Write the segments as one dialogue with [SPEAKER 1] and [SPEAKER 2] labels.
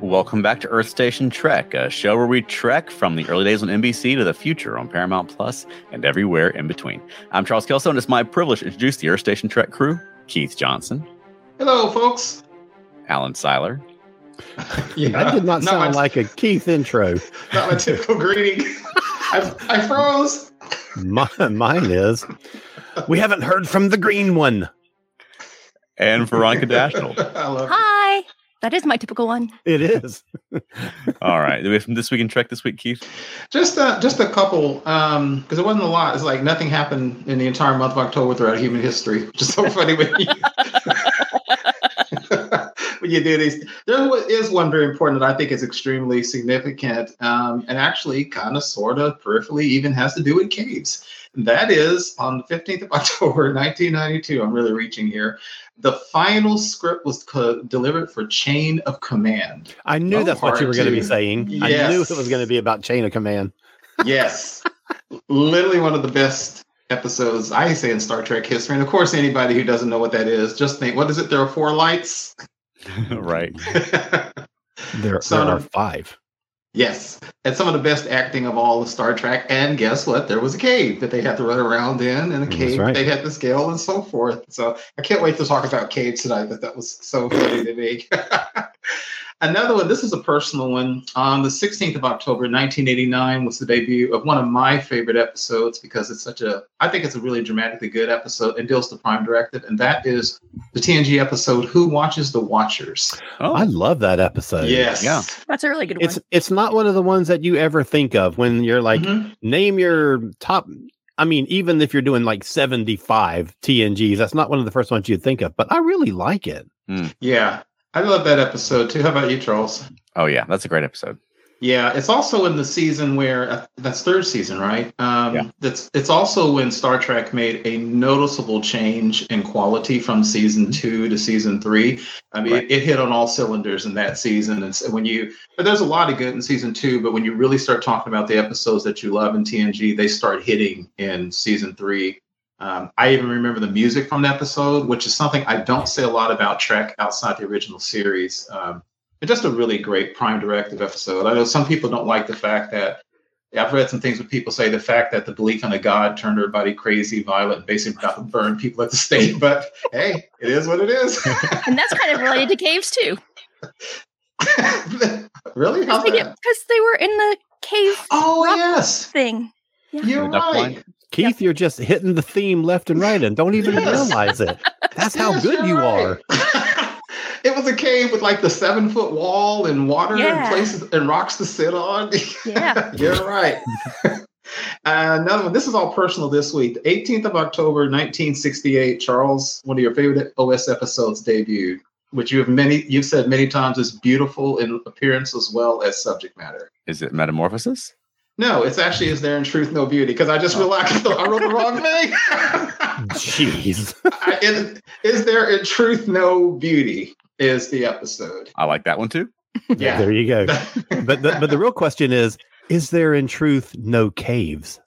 [SPEAKER 1] Welcome back to Earth Station Trek, a show where we trek from the early days on NBC to the future on Paramount Plus and everywhere in between. I'm Charles Kelso, and it's my privilege to introduce the Earth Station Trek crew Keith Johnson,
[SPEAKER 2] Hello, folks.
[SPEAKER 1] Alan Seiler,
[SPEAKER 2] Yeah,
[SPEAKER 3] That did not
[SPEAKER 2] No,
[SPEAKER 3] sound
[SPEAKER 2] it's-
[SPEAKER 3] like a Keith intro.
[SPEAKER 2] Not my typical greeting. I, I froze.
[SPEAKER 3] My, mine is. We haven't heard from the green one.
[SPEAKER 1] and Veronica Dashnell.
[SPEAKER 2] I love it.
[SPEAKER 4] Hi. That is my typical one.
[SPEAKER 3] It is.
[SPEAKER 1] All right, do we have from this week in Trek this week, Keith?
[SPEAKER 2] Just a, just a couple, because it wasn't a lot. It's like nothing happened in the entire month of October throughout human history, which is so funny when you, when you do these. There wa- is one very important that I think is extremely significant um, and actually kind of sort of peripherally even has to do with caves. That is on the 15th of October, 1992. I'm really reaching here. The final script was co- delivered for Chain of Command.
[SPEAKER 3] I knew
[SPEAKER 2] Oh,
[SPEAKER 3] that's what you were going to be
[SPEAKER 2] part two.
[SPEAKER 3] saying. I
[SPEAKER 2] Yes.
[SPEAKER 3] knew it was going to be about chain of command.
[SPEAKER 2] yes. Literally one of the best episodes I say in Star Trek history. And of course, anybody who doesn't know what that is, just think, what is it? There are four lights.
[SPEAKER 1] right.
[SPEAKER 3] There,
[SPEAKER 2] Son
[SPEAKER 3] there are
[SPEAKER 2] of-
[SPEAKER 3] five.
[SPEAKER 2] yes. And some of the best acting of all of Star Trek. And guess what? There was a cave that they had to run around in and a
[SPEAKER 3] That's
[SPEAKER 2] cave
[SPEAKER 3] right.
[SPEAKER 2] they had to scale and so forth. So I can't wait to talk about caves tonight, but that was so funny to me. Another one, this is a personal one. On the 16th of October, 1989, was the debut of one of my favorite episodes because it's such a, I think it's a really dramatically good episode and deals the Prime Directive. And that is the TNG episode, Who Watches the Watchers?
[SPEAKER 1] Oh,
[SPEAKER 3] I love that episode.
[SPEAKER 2] yes.
[SPEAKER 1] yeah.
[SPEAKER 4] That's a really good
[SPEAKER 3] It's it's not one of the ones that you ever think of when you're like
[SPEAKER 2] Mhm.
[SPEAKER 3] name your top I mean even if you're doing like 75 TNGs that's not one of the first ones you'd think of but I really like it.
[SPEAKER 2] Yeah, I love that episode too. How about you, Charles?
[SPEAKER 1] oh yeah, that's a great episode.
[SPEAKER 2] Yeah, it's also in the season where uh, that's third season, right? Um,
[SPEAKER 1] Yeah.
[SPEAKER 2] That's it's also when Star Trek made a noticeable change in quality from season two to season three. I mean,
[SPEAKER 1] Mm-hmm. Right.
[SPEAKER 2] it, it hit on all cylinders in that season. And so when you, but there's a lot of good in season two. But when you really start talking about the episodes that you love in TNG, they start hitting in season three. Um, I even remember the music from the episode, which is something I don't say a lot about Trek outside the original series. Um, but just a really great prime directive episode i know some people don't like the fact that i've read some things where people say the fact that the belief in a god turned everybody crazy violent and basically about to burn people at the stake but hey it is what it is
[SPEAKER 4] one. And that's kind of related to caves too.
[SPEAKER 2] really How's
[SPEAKER 4] Because they,
[SPEAKER 2] that?
[SPEAKER 4] get- 'cause they were in the cave
[SPEAKER 2] oh
[SPEAKER 4] rock
[SPEAKER 2] yes
[SPEAKER 4] thing.
[SPEAKER 2] you're
[SPEAKER 1] The duck
[SPEAKER 2] right
[SPEAKER 3] Keith, you're just hitting the theme left and right and don't even
[SPEAKER 2] Yes.
[SPEAKER 3] realize it. That's how
[SPEAKER 2] Yes,
[SPEAKER 3] good
[SPEAKER 2] you're
[SPEAKER 3] you
[SPEAKER 2] right.
[SPEAKER 3] are.
[SPEAKER 2] it was a cave with like the seven foot wall and water and
[SPEAKER 4] Yeah.
[SPEAKER 2] places and rocks to sit on
[SPEAKER 4] Yeah.
[SPEAKER 2] You're right. Uh, Another one. This is all personal this week. The 18th of October, 1968. Charles, one of your favorite OS episodes debuted, which you have many you've said many times is beautiful in appearance as well as subject matter.
[SPEAKER 1] Is it Metamorphosis?
[SPEAKER 2] No, it's actually is there in truth no beauty because I just realized I wrote the wrong thing.
[SPEAKER 3] Jeez.
[SPEAKER 2] I- is, is there in truth no beauty is the episode.
[SPEAKER 1] I like that one too.
[SPEAKER 2] Yeah.
[SPEAKER 3] There you go. But the, but the real question is is there in truth no caves?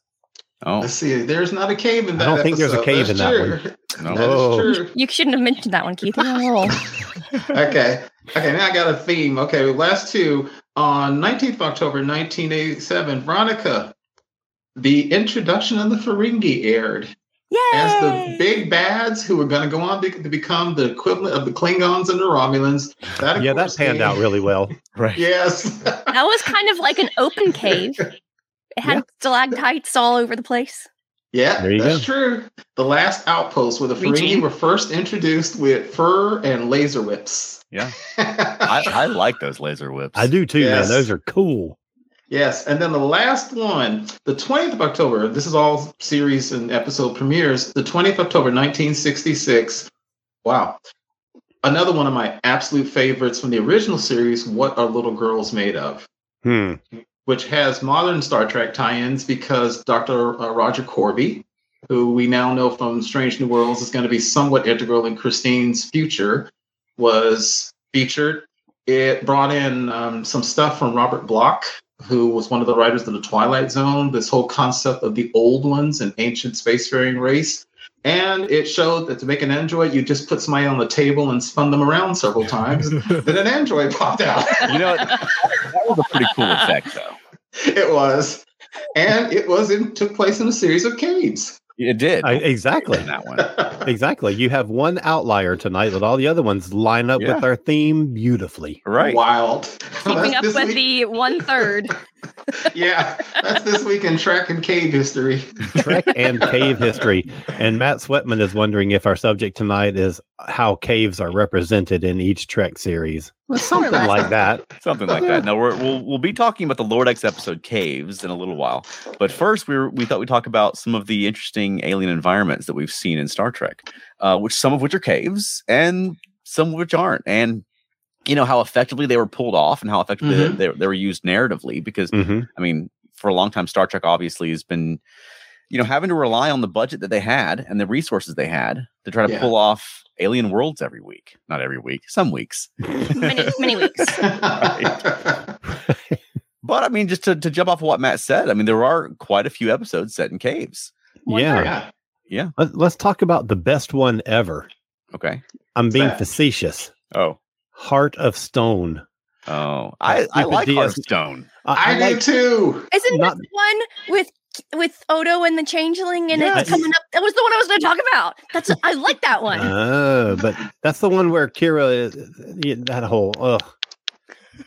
[SPEAKER 1] Oh
[SPEAKER 2] Let's see. There's not a cave in
[SPEAKER 3] I
[SPEAKER 2] that.
[SPEAKER 3] don't think there's a
[SPEAKER 2] episode.
[SPEAKER 3] cave
[SPEAKER 2] That's
[SPEAKER 3] in that one.
[SPEAKER 2] true.
[SPEAKER 1] no,
[SPEAKER 2] That
[SPEAKER 3] Oh.
[SPEAKER 2] is true.
[SPEAKER 4] You shouldn't have mentioned that one, Keith. You're on a roll.
[SPEAKER 2] okay. Okay, now I got a theme. Okay, last two. On 19th of October 1987, Veronica, the introduction of the Ferengi aired
[SPEAKER 4] Yay!
[SPEAKER 2] as the big bads who were going to go on be- to become the equivalent of the Klingons and the Romulans. That, of
[SPEAKER 3] Yeah, that
[SPEAKER 2] course,
[SPEAKER 3] panned
[SPEAKER 2] being-
[SPEAKER 3] out really well.
[SPEAKER 1] right.
[SPEAKER 2] Yes.
[SPEAKER 4] that was kind of like an open cave. It had stalactites all over the place.
[SPEAKER 2] Yeah,
[SPEAKER 3] There you
[SPEAKER 2] that's true. The last outpost where the Ferengi
[SPEAKER 4] Reaching.
[SPEAKER 2] were first introduced with fur and laser whips.
[SPEAKER 1] Yeah. I, I like those laser whips.
[SPEAKER 3] I do too,
[SPEAKER 2] Yes.
[SPEAKER 3] man. Those are cool.
[SPEAKER 2] Yes, and then the last one, the 20th of October, this is all series and episode premieres, the 20th of October 1966. Wow. Another one of my absolute favorites from the original series, What Are Little Girls Made Of?
[SPEAKER 3] Hmm.
[SPEAKER 2] which has modern Star Trek tie-ins because Dr. uh, Roger Corby, who we now know from Strange New Worlds is going to be somewhat integral in Christine's future, was featured. It brought in um, some stuff from Robert Block, who was one of the writers of the Twilight Zone. This whole concept of the old ones, an ancient spacefaring race. And it showed that to make an android, you just put somebody on the table and spun them around several times. then an android popped out.
[SPEAKER 1] You know, that was a pretty cool effect, though.
[SPEAKER 2] it was, and it was in, took place in a series of caves.
[SPEAKER 1] It did.
[SPEAKER 3] I, exactly.
[SPEAKER 1] in that one.
[SPEAKER 3] Exactly. You have one outlier tonight, but all the other ones line up
[SPEAKER 1] Yeah.
[SPEAKER 3] with our theme beautifully.
[SPEAKER 1] Right.
[SPEAKER 2] Wild.
[SPEAKER 4] Keeping
[SPEAKER 2] Oh, That's
[SPEAKER 4] up
[SPEAKER 2] this
[SPEAKER 4] with
[SPEAKER 2] week-
[SPEAKER 4] the one third.
[SPEAKER 2] yeah, that's this week in track and cave history.
[SPEAKER 3] Trek and cave history. And Matt Sweatman is wondering if our subject tonight is how caves are represented in each Trek series.
[SPEAKER 4] Something
[SPEAKER 3] Something like that.
[SPEAKER 1] Something like that. No, we're, we'll we'll be talking about the Lord X episode caves in a little while. But first, we were, we thought we'd talk about some of the interesting alien environments that we've seen in Star Trek, uh, which some of which are caves and some of which aren't, and you know how effectively they were pulled off and how effectively
[SPEAKER 2] Mhm.
[SPEAKER 1] they, they, they were used narratively. Because
[SPEAKER 3] hmm
[SPEAKER 1] I mean, for a long time, Star Trek obviously has been, you know, having to rely on the budget that they had and the resources they had to try to
[SPEAKER 2] Yeah.
[SPEAKER 1] pull off alien worlds every week. Not every week, some weeks.
[SPEAKER 4] Many, many weeks.
[SPEAKER 1] But I mean, just to, to jump off of what Matt said, I mean, there are quite a few episodes set in caves.
[SPEAKER 3] Yeah.
[SPEAKER 2] yeah.
[SPEAKER 3] Let- Let's talk about the best one ever.
[SPEAKER 1] Okay.
[SPEAKER 3] I'm being
[SPEAKER 2] that?
[SPEAKER 3] facetious.
[SPEAKER 1] Oh,
[SPEAKER 3] Heart of Stone.
[SPEAKER 1] oh, I, I
[SPEAKER 3] Stupid
[SPEAKER 1] like
[SPEAKER 3] DS.
[SPEAKER 1] Heart of Stone.
[SPEAKER 2] I, do too.
[SPEAKER 4] Isn't
[SPEAKER 3] Not-
[SPEAKER 4] this one with with Odo and the changeling and
[SPEAKER 3] Yes.
[SPEAKER 4] it's coming up? That was the one I was going to talk about. That's I like that one.
[SPEAKER 2] Uh,
[SPEAKER 3] Oh, but that's the one where Kira is yeah, that whole ugh,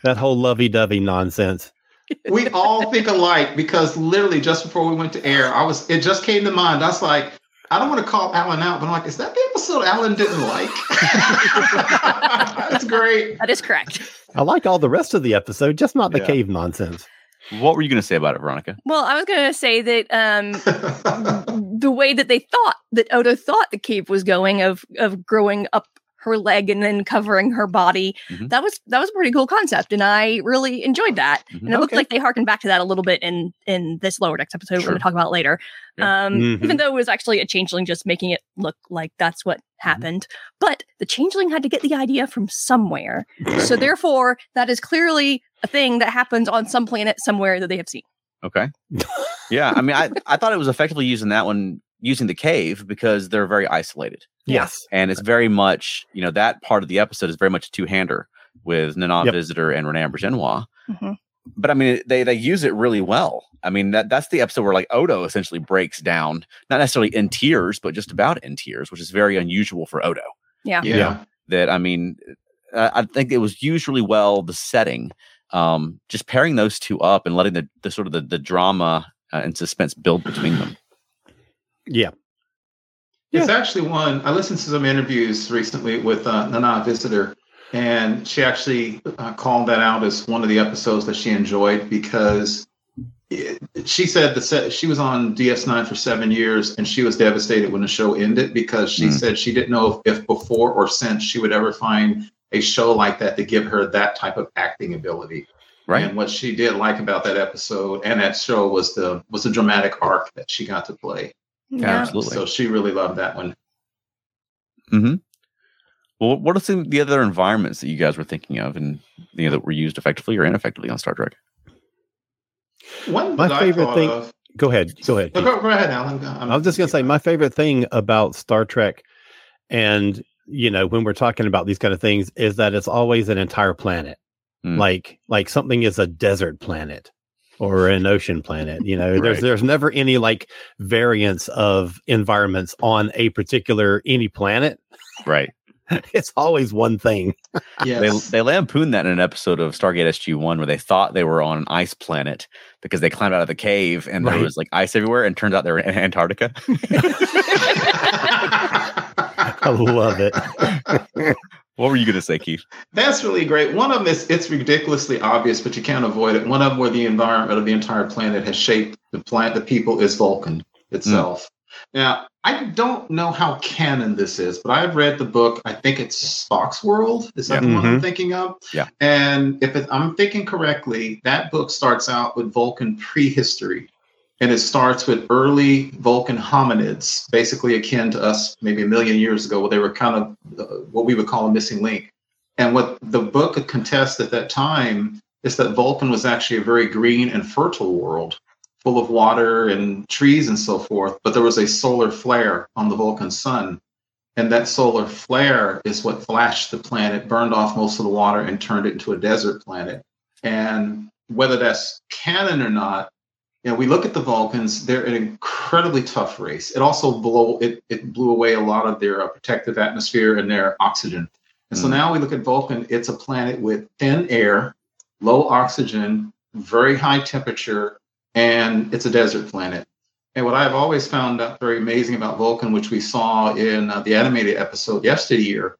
[SPEAKER 3] that whole lovey-dovey nonsense.
[SPEAKER 2] We all think alike because literally just before we went to air, I was it just came to mind. I was like, I don't want to call Alan out, but I'm like, is that the episode Alan didn't like? That's great.
[SPEAKER 4] that is correct.
[SPEAKER 3] I like all the rest of the episode, just not the
[SPEAKER 1] Yeah.
[SPEAKER 3] cave nonsense.
[SPEAKER 1] What were you going to say about it, Veronica?
[SPEAKER 4] Well, I was going to say that um, the way that they thought that Odo thought the cave was going of of growing up her leg and then covering her body
[SPEAKER 1] Mhm.
[SPEAKER 4] that was that was a pretty cool concept and i really enjoyed that
[SPEAKER 1] Mm-hmm.
[SPEAKER 4] and it looked
[SPEAKER 3] Okay.
[SPEAKER 4] like they harkened back to that a little bit in in this lower decks episode we're
[SPEAKER 1] Sure.
[SPEAKER 4] going to talk about later um
[SPEAKER 3] Mhm.
[SPEAKER 4] even though it was actually a changeling just making it look like that's what happened but the changeling had to get the idea from somewhere so therefore that is clearly a thing that happens on some planet somewhere that they have seen
[SPEAKER 1] Okay. yeah. I mean, I, I thought it was effectively using that one, using the cave, because they're very isolated.
[SPEAKER 3] Yes.
[SPEAKER 1] and it's very much you know that part of the episode is very much a two-hander with Nana
[SPEAKER 3] Yep.
[SPEAKER 1] Visitor and Renee Aubergenois.
[SPEAKER 4] Mhm.
[SPEAKER 1] But I mean, they they use it really well. I mean, that that's the episode where like Odo essentially breaks down, not necessarily in tears, but just about in tears, which is very unusual for Odo.
[SPEAKER 2] yeah.
[SPEAKER 1] That I mean, I, I think it was used really well. The setting, um, just pairing those two up and letting the, the sort of the the drama uh, and suspense build between them.
[SPEAKER 3] Yeah.
[SPEAKER 2] It's actually one. I listened to some interviews recently with uh, Nana Visitor, and she actually uh, called that out as one of the episodes that she enjoyed because it, she said that se- she was on DS9 for seven years and she was devastated when the show ended because she
[SPEAKER 1] Mm.
[SPEAKER 2] said she didn't know if, if before or since she would ever find a show like that to give her that type of acting ability.
[SPEAKER 1] Right.
[SPEAKER 2] And what she did like about that episode and that show was the was the dramatic arc that she got to play.
[SPEAKER 1] Yeah.
[SPEAKER 2] Um,
[SPEAKER 1] Absolutely.
[SPEAKER 2] So she really loved that one.
[SPEAKER 1] Well, what are some of the other environments that you guys were thinking of and you know that were used effectively or ineffectively on Star Trek?
[SPEAKER 2] One
[SPEAKER 3] My
[SPEAKER 2] that
[SPEAKER 3] favorite
[SPEAKER 2] I thought
[SPEAKER 3] thing-
[SPEAKER 2] Of,
[SPEAKER 3] Go ahead. Go ahead.
[SPEAKER 2] no, go, go ahead, Alan. Go- I'm-
[SPEAKER 3] I was just going to say my favorite thing about Star Trek and you know when we're talking about these kind of things is that it's always an entire planet.
[SPEAKER 1] Mm.
[SPEAKER 3] Like like something is a desert planet or an ocean planet, you know. There's
[SPEAKER 1] Right.
[SPEAKER 3] there's never any like variance of environments on a particular any planet.
[SPEAKER 1] Right.
[SPEAKER 3] It's always one thing.
[SPEAKER 2] Yes.
[SPEAKER 1] They they lampooned that in an episode of Stargate SG One where they thought they were on an ice planet because they climbed out of the cave and
[SPEAKER 3] Right.
[SPEAKER 1] there was like ice everywhere and turns out they were in Antarctica.
[SPEAKER 3] I love it.
[SPEAKER 1] What were you gonna say, Keith?
[SPEAKER 2] That's really great. One of them is it's ridiculously obvious, but you can't avoid it. One of them where the environment of the entire planet has shaped the planet, the people is Vulcan itself. Now, I don't know how canon this is, but I've read the book. I think it's Spock's World. Is that
[SPEAKER 1] Yeah.
[SPEAKER 2] the one I'm
[SPEAKER 3] Mhm.
[SPEAKER 2] thinking of?
[SPEAKER 1] Yeah.
[SPEAKER 2] And if it, I'm thinking correctly, that book starts out with Vulcan prehistory. And it starts with early Vulcan hominids, basically akin to us maybe a million years ago, where they were kind of uh, what we would call a missing link. And what the book contests at that time is that Vulcan was actually a very green and fertile world full of water and trees and so forth, but there was a solar flare on the Vulcan sun. And that solar flare is what flashed the planet, burned off most of the water, and turned it into a desert planet. And whether that's canon or not, you know, we look at the Vulcans, they're an incredibly tough race. It also blow it, it blew away a lot of their uh, protective atmosphere and their oxygen. And so
[SPEAKER 1] Mm.
[SPEAKER 2] now we look at Vulcan, it's a planet with thin air, low oxygen, very high temperature, and it's a desert planet. And what I've always found out very amazing about Vulcan, which we saw in uh, the animated episode yesteryear,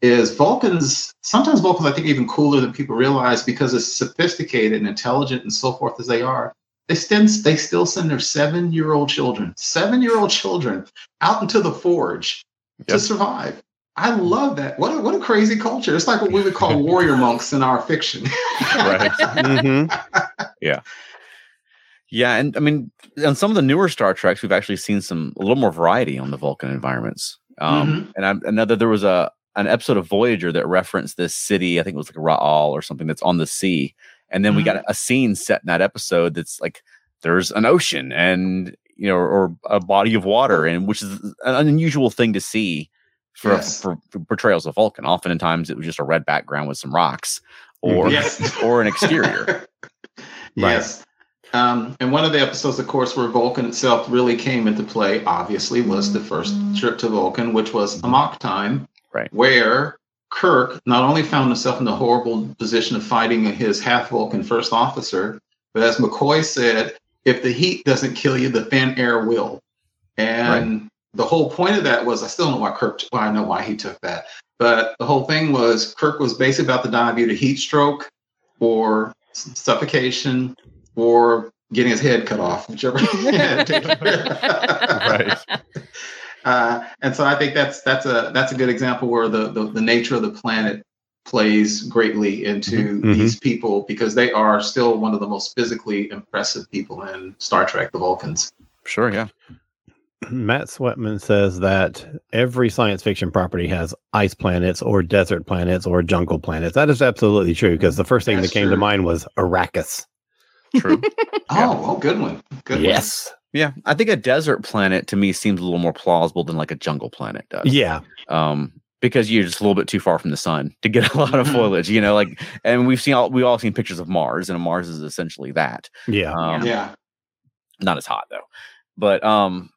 [SPEAKER 2] is Vulcans. Sometimes Vulcans, I think, are even cooler than people realize because as sophisticated and intelligent and so forth as they are, they still they still send their seven year old children, seven year old children, out into the forge to
[SPEAKER 1] Yep.
[SPEAKER 2] survive. I love that. What a, what a crazy culture! It's like what we would call warrior monks in our fiction.
[SPEAKER 1] Right.
[SPEAKER 3] Mhm.
[SPEAKER 1] Yeah, and I mean, on some of the newer Star Treks, we've actually seen some a little more variety on the Vulcan environments. Um, And I, another, there was a an episode of Voyager that referenced this city. I think it was like Ra'al or something that's on the sea. And then we got a scene set in that episode that's like there's an ocean and you know, or a body of water, and which is an unusual thing to see for,
[SPEAKER 2] Yes.
[SPEAKER 1] for, for portrayals of Vulcan. Oftentimes, it was just a red background with some rocks or
[SPEAKER 2] Yes.
[SPEAKER 1] or an exterior.
[SPEAKER 2] yes. Um, and one of the episodes, of course, where Vulcan itself really came into play, obviously, was the first trip to Vulcan, which was Amok Time,
[SPEAKER 1] Right.
[SPEAKER 2] where Kirk not only found himself in the horrible position of fighting his half Vulcan first officer, but as McCoy said, if the heat doesn't kill you, the thin air will. And the whole point of that was I still don't know why Kirk, well, I know why he took that, but the whole thing was Kirk was basically about to die of either heat stroke or s- suffocation or getting his head cut off, whichever.
[SPEAKER 1] Right.
[SPEAKER 2] Uh, and so I think that's that's a that's a good example where the the, the nature of the planet plays greatly into
[SPEAKER 1] Mm-hmm.
[SPEAKER 3] Mhm.
[SPEAKER 2] these people because they are still one of the most physically impressive people in Star Trek, the Vulcans.
[SPEAKER 1] Sure, yeah.
[SPEAKER 3] Matt Sweatman says that every science fiction property has ice planets or desert planets or jungle planets. That is absolutely true because the first thing
[SPEAKER 2] That's
[SPEAKER 3] that came
[SPEAKER 2] true.
[SPEAKER 3] to mind was Arrakis.
[SPEAKER 1] True. Yeah.
[SPEAKER 2] Oh, oh, good one. Good one.
[SPEAKER 3] yes.
[SPEAKER 1] Yeah, I think a desert planet to me seems a little more plausible than like a jungle planet does.
[SPEAKER 3] Yeah.
[SPEAKER 1] Um, because you're just a little bit too far from the sun to get a lot of
[SPEAKER 2] Mhm.
[SPEAKER 1] foliage, you know, like and we've seen all we all seen pictures of Mars and Mars is essentially that.
[SPEAKER 3] Oh, Yeah.
[SPEAKER 1] Um
[SPEAKER 2] Yeah.
[SPEAKER 1] not as hot though. But um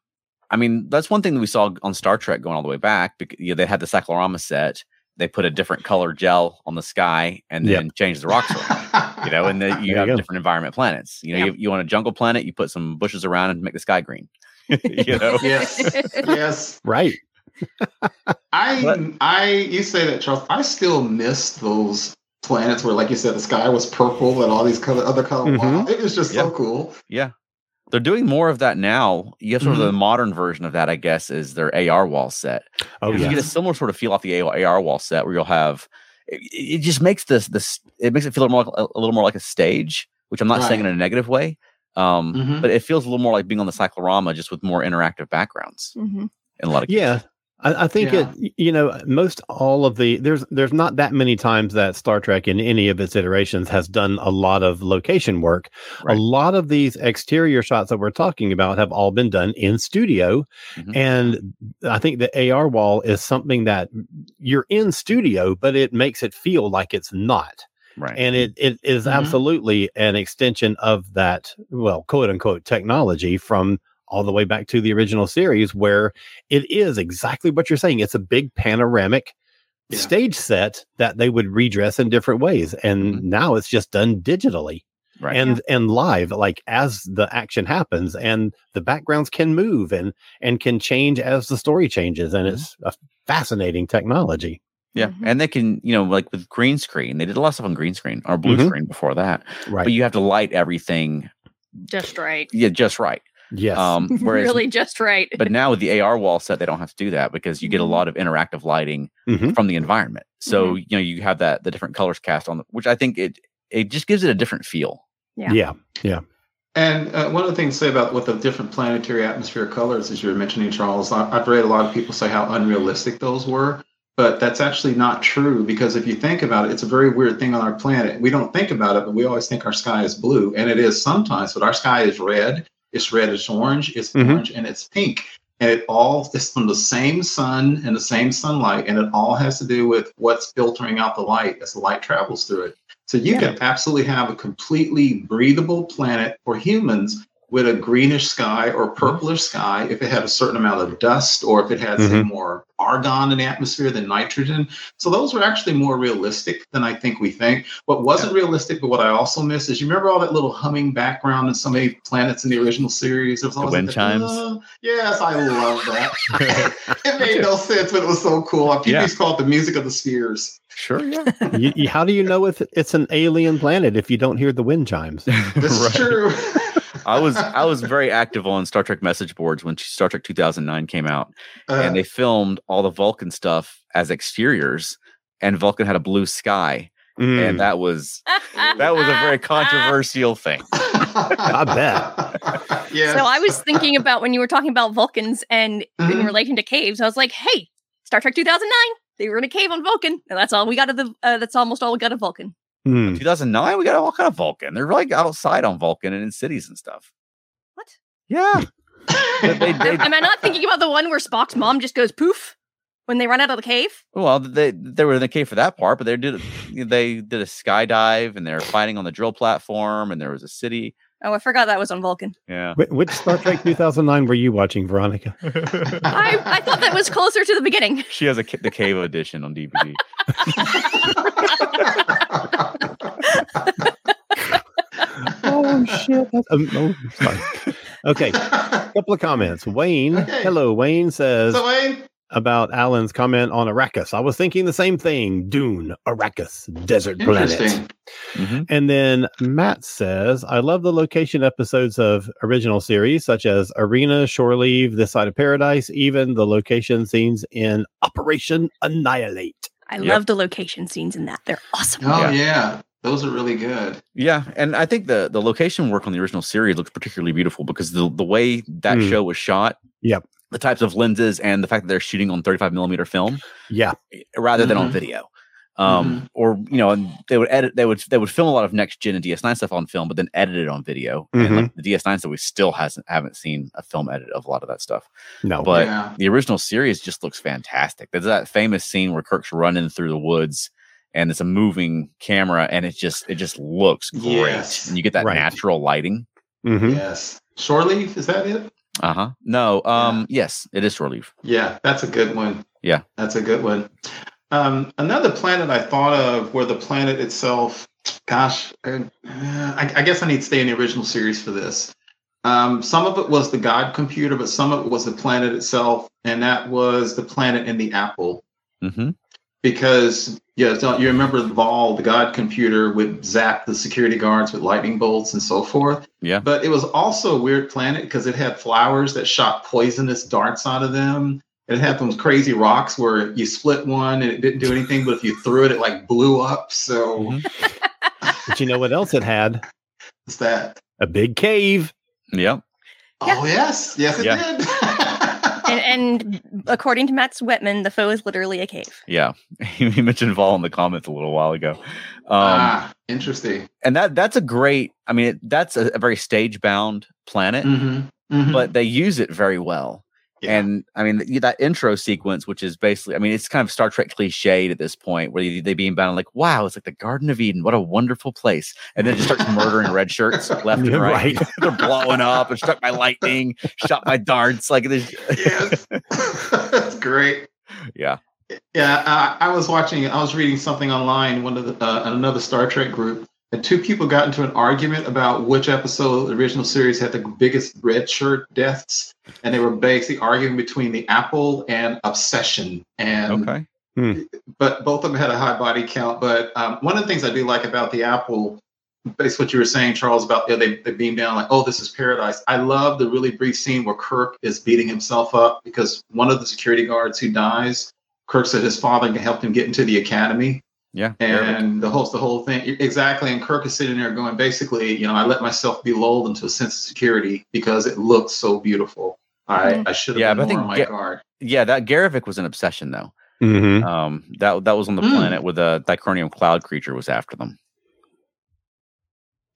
[SPEAKER 1] I mean, that's one thing that we saw on Star Trek going all the way back because you know, they had the cyclorama set, they put a different color gel on the sky and
[SPEAKER 3] Yep.
[SPEAKER 1] then changed the rocks around you know, and then you
[SPEAKER 3] you
[SPEAKER 1] have
[SPEAKER 3] go.
[SPEAKER 1] different environment planets. You know,
[SPEAKER 4] Yeah.
[SPEAKER 1] you, you want a jungle planet, you put some bushes around and make the sky green. you know,
[SPEAKER 2] yes. Yes.
[SPEAKER 3] Right.
[SPEAKER 2] I
[SPEAKER 1] But-
[SPEAKER 2] I you say that Charles. I still miss those planets where, like you said, the sky was purple and all these color, other color. Wow, it was just so
[SPEAKER 1] Mm-hmm. Yep.
[SPEAKER 2] cool.
[SPEAKER 1] they're doing more of that now. You have sort of
[SPEAKER 2] Mhm.
[SPEAKER 1] the
[SPEAKER 3] Mm-hmm.
[SPEAKER 1] modern version of that, I guess, is their AR wall set.
[SPEAKER 3] Oh,
[SPEAKER 1] You
[SPEAKER 3] yeah.
[SPEAKER 1] get a similar sort of feel off the AR wall set where you'll have. It, it just makes this this it makes it feel more like, a little more like a stage, which I'm not saying in a negative way. Um,
[SPEAKER 3] Mm-hmm.
[SPEAKER 2] Mhm.
[SPEAKER 1] but it feels a little more like being on the cyclorama, just with more interactive backgrounds
[SPEAKER 4] hmm
[SPEAKER 1] in a lot of
[SPEAKER 3] Yeah.
[SPEAKER 1] cases.
[SPEAKER 3] I, I think
[SPEAKER 2] Yeah.
[SPEAKER 3] it, you know, most all of the there's there's not that many times that Star Trek in any of its iterations has done a lot of location work.
[SPEAKER 1] Right.
[SPEAKER 3] A lot of these exterior shots that we're talking about have all been done in studio,
[SPEAKER 1] Mhm.
[SPEAKER 3] and I think the AR wall is something that you're in studio, but it makes it feel like it's not
[SPEAKER 1] right. Mm-hmm.
[SPEAKER 3] and it it is
[SPEAKER 2] Mhm.
[SPEAKER 3] absolutely an extension of that well quote unquote technology from all the way back to the original series where it is exactly what you're saying it's a big panoramic
[SPEAKER 2] Yeah.
[SPEAKER 3] stage set that they would redress in different ways and
[SPEAKER 1] Mhm.
[SPEAKER 3] now it's just done digitally
[SPEAKER 1] right.
[SPEAKER 3] and and live like as the action happens and the backgrounds can move and and can change as the story changes
[SPEAKER 1] Mm-hmm.
[SPEAKER 3] and it's a fascinating technology
[SPEAKER 1] Yeah,
[SPEAKER 4] Mhm.
[SPEAKER 1] and they can, you know, like with green screen, they did a lot of stuff on green screen or blue
[SPEAKER 3] Mhm.
[SPEAKER 1] screen before that.
[SPEAKER 3] right
[SPEAKER 1] But you have to light everything,
[SPEAKER 4] Just right.
[SPEAKER 1] yeah, just right.
[SPEAKER 3] Yes.
[SPEAKER 1] Um, whereas,
[SPEAKER 4] really just right.
[SPEAKER 1] but now with the AR wall set, they don't have to do that because you get a lot of interactive lighting
[SPEAKER 3] Mhm.
[SPEAKER 1] from the environment. So you know you have that the different colors cast on, the, which I think it it just gives it a different feel.
[SPEAKER 4] yeah.
[SPEAKER 3] yeah.
[SPEAKER 2] And uh, one of the things to say about what the different planetary atmosphere colors, as you were mentioning, Charles, I- I've read a lot of people say how unrealistic those were, but that's actually not true because if you think about it, it's a very weird thing on our planet. We don't think about it, but we always think our sky is blue, and it is sometimes, but our sky is red, it's red, it's orange, it's
[SPEAKER 3] Mhm.
[SPEAKER 2] orange, and it's pink. And it all is from the same sun and the same sunlight, and it all has to do with what's filtering out the light as the light travels through it. So you
[SPEAKER 4] Yeah.
[SPEAKER 2] could absolutely have a completely breathable planet for humans with a greenish sky or purplish sky if it had a certain amount of dust or if it had say,
[SPEAKER 3] Mhm.
[SPEAKER 2] more argon in the atmosphere than nitrogen. So those are actually more realistic than I think we think. What wasn't realistic, but what I also miss is you remember all that little humming background in so many planets in the original series. There was always
[SPEAKER 1] wind
[SPEAKER 2] like
[SPEAKER 1] chimes?
[SPEAKER 2] "Uh." yes, I love that. it made no sense, but it was so cool. People
[SPEAKER 1] Yeah.
[SPEAKER 2] used to call it the music of the spheres.
[SPEAKER 1] Sure, yeah,
[SPEAKER 3] You- you- how do you know it's, it's an alien planet if you don't hear the wind
[SPEAKER 2] This
[SPEAKER 3] chimes?
[SPEAKER 1] Right.
[SPEAKER 2] is true.
[SPEAKER 1] I was I was very active on Star Trek message boards when Star Trek 2009 came out,
[SPEAKER 2] Uh,
[SPEAKER 1] and they filmed all the Vulcan stuff as exteriors, and Vulcan had a blue sky,
[SPEAKER 3] Mm.
[SPEAKER 1] and that was that was a very
[SPEAKER 3] Ah,
[SPEAKER 1] controversial thing.
[SPEAKER 2] I
[SPEAKER 3] bet.
[SPEAKER 2] yeah.
[SPEAKER 4] So I was thinking about when you were talking about Vulcans and in
[SPEAKER 2] Mhm.
[SPEAKER 4] relation to caves, I was like, hey, Star Trek 2009, they were in a cave on Vulcan, and that's all we got of the. Uh, that's almost all we got of Vulcan.
[SPEAKER 3] Mm.
[SPEAKER 1] 2009, we got all kind of Vulcan. They're like outside on Vulcan and in cities and stuff.
[SPEAKER 4] What?
[SPEAKER 1] Yeah, they-
[SPEAKER 4] Am- Am I not thinking about the one where Spock's mom just goes poof when they run out of the cave?
[SPEAKER 1] Well, they they were in the cave for that part, but they did they did a skydive and they're fighting on the drill platform, and there was a city.
[SPEAKER 4] Oh, I forgot that was on Vulcan.
[SPEAKER 1] Yeah,
[SPEAKER 3] Wh- Which Star Trek 2009 were you watching, Veronica?
[SPEAKER 4] I, I thought that was closer to the beginning.
[SPEAKER 1] she has a ca- the cave edition on DVD.
[SPEAKER 3] oh shit! That's, um, oh, sorry. Okay, couple of comments. Wayne,
[SPEAKER 2] Okay.
[SPEAKER 3] hello. Wayne says
[SPEAKER 2] so Wayne,
[SPEAKER 3] about Alan's comment on Arrakis. I was thinking the same thing. Dune, Arrakis, desert planet.
[SPEAKER 2] interesting.
[SPEAKER 1] Mhm.
[SPEAKER 3] And then Matt says, I love the location episodes of original series, such as Arena, Shore Leave, This Side of Paradise, even the location scenes in Operation Annihilate.
[SPEAKER 4] I
[SPEAKER 1] Yep.
[SPEAKER 4] love the location scenes in that. They're awesome.
[SPEAKER 2] Oh
[SPEAKER 1] Yeah.
[SPEAKER 2] yeah. those are really good.
[SPEAKER 1] Yeah, and I think the the location work on the original series looks particularly beautiful because the the way that
[SPEAKER 3] Mm.
[SPEAKER 1] show was shot.
[SPEAKER 3] Yep.
[SPEAKER 1] The types of lenses and the fact that they're shooting on 35 millimeter film
[SPEAKER 3] Yeah.
[SPEAKER 1] rather than on
[SPEAKER 2] Mhm.
[SPEAKER 1] video. Um, or you know, and they would edit they would they would film a lot of next gen and DS9 stuff on film, but then edit it on video. And like the DS9 stuff we still hasn't haven't seen a film edit of a lot of that stuff.
[SPEAKER 3] No.
[SPEAKER 1] But
[SPEAKER 2] yeah.
[SPEAKER 1] the original series just looks fantastic. There's that famous scene where Kirk's running through the woods and it's a moving camera and it just it just looks great.
[SPEAKER 2] Yes.
[SPEAKER 1] And you get that
[SPEAKER 3] Right.
[SPEAKER 1] natural lighting.
[SPEAKER 3] Mhm.
[SPEAKER 2] Yes. Shore leave, is that it?
[SPEAKER 1] Uh-huh. No, um, yes, it is shore leave.
[SPEAKER 2] Yeah, that's a good one.
[SPEAKER 1] Yeah.
[SPEAKER 2] That's a good one. Um, another planet I thought of where the planet itself, gosh, I, I, I guess I need to stay in the original series for this. Um, some of it was the God computer, but some of it was the planet itself, and that was the planet in the apple.
[SPEAKER 1] hmm
[SPEAKER 2] Because, yeah, don't you remember Vol, the God computer, would zap the security guards with lightning bolts and so forth?
[SPEAKER 1] Yeah.
[SPEAKER 2] But it was also a weird planet because it had flowers that shot poisonous darts out of them. It had those crazy rocks where you split one and it didn't do anything, but if you threw it, it like blew up. So
[SPEAKER 1] Mhm.
[SPEAKER 3] But you know what else it had?
[SPEAKER 2] it's that.
[SPEAKER 3] A big cave.
[SPEAKER 1] Yep.
[SPEAKER 2] Oh, yes. Yes, it
[SPEAKER 1] Yeah.
[SPEAKER 2] did.
[SPEAKER 4] And, and according to Matt Sweatman, the foe is literally a cave.
[SPEAKER 1] Yeah. you mentioned Vol in the comments a little while ago. Um
[SPEAKER 2] ah, interesting.
[SPEAKER 1] and that that's a great I mean it, that's a, a very stage bound planet,
[SPEAKER 2] hmm hmm
[SPEAKER 1] but they use it very well.
[SPEAKER 2] Yeah.
[SPEAKER 1] And I mean th- that intro sequence, which is basically, I mean, it's kind of Star Trek cliched at this point, where they, they beam down like, "Wow, it's like the Garden of Eden. What a wonderful place!" And then it just starts murdering red shirts left and
[SPEAKER 3] Yeah,
[SPEAKER 1] right.
[SPEAKER 3] right.
[SPEAKER 1] They're blowing up and struck by lightning, shot by darts. Like, there's-
[SPEAKER 2] yes. That's great.
[SPEAKER 1] yeah,
[SPEAKER 2] Yeah, uh, I, I was watching. I was reading something online. One of the, uh, on another Star Trek group, and two people got into an argument about which episode of the original series had the biggest red shirt deaths, and they were basically arguing between the Apple and Obsession. And
[SPEAKER 1] okay,
[SPEAKER 2] but both of them had a high body count. But um, one of the things I do like about the Apple based what you were saying, Charles, about you know, they they beam down like, oh, this is paradise. I love the really brief scene where Kirk is beating himself up because one of the security guards who dies, Kirk said his father can help him get into the academy,
[SPEAKER 1] Yeah. Arabic.
[SPEAKER 2] and the whole the whole thing e, exactly. And Kirk is sitting there going, basically, you know, I let myself be lulled into a sense of security because it looked so beautiful. I I
[SPEAKER 1] Mm-hmm.
[SPEAKER 2] should have
[SPEAKER 1] Yeah, but I
[SPEAKER 2] been more
[SPEAKER 1] think
[SPEAKER 2] on my
[SPEAKER 1] Ga-
[SPEAKER 2] guard.
[SPEAKER 1] yeah, that Garavik was an obsession though.
[SPEAKER 3] Mm-hmm.
[SPEAKER 1] Um, that that was on the
[SPEAKER 2] Mm.
[SPEAKER 1] planet where the Dicronium cloud creature was after them.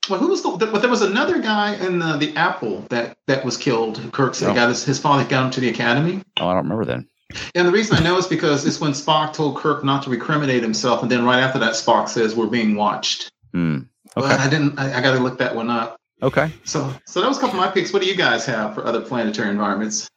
[SPEAKER 2] Well, who was the? But there was another guy in the, the Apple that that was killed. Kirk said,
[SPEAKER 1] Oh.
[SPEAKER 2] "Got his, his father got him to the academy."
[SPEAKER 1] Oh, I don't remember then.
[SPEAKER 2] And the reason I know is because it's when Spock told Kirk not to recriminate himself, and then right after that, Spock says, "We're being watched."
[SPEAKER 1] Hmm. Okay.
[SPEAKER 2] But I didn't. I, I got to look that one up.
[SPEAKER 1] Okay.
[SPEAKER 2] So, so that was a couple of my picks. What do you guys have for other planetary environments?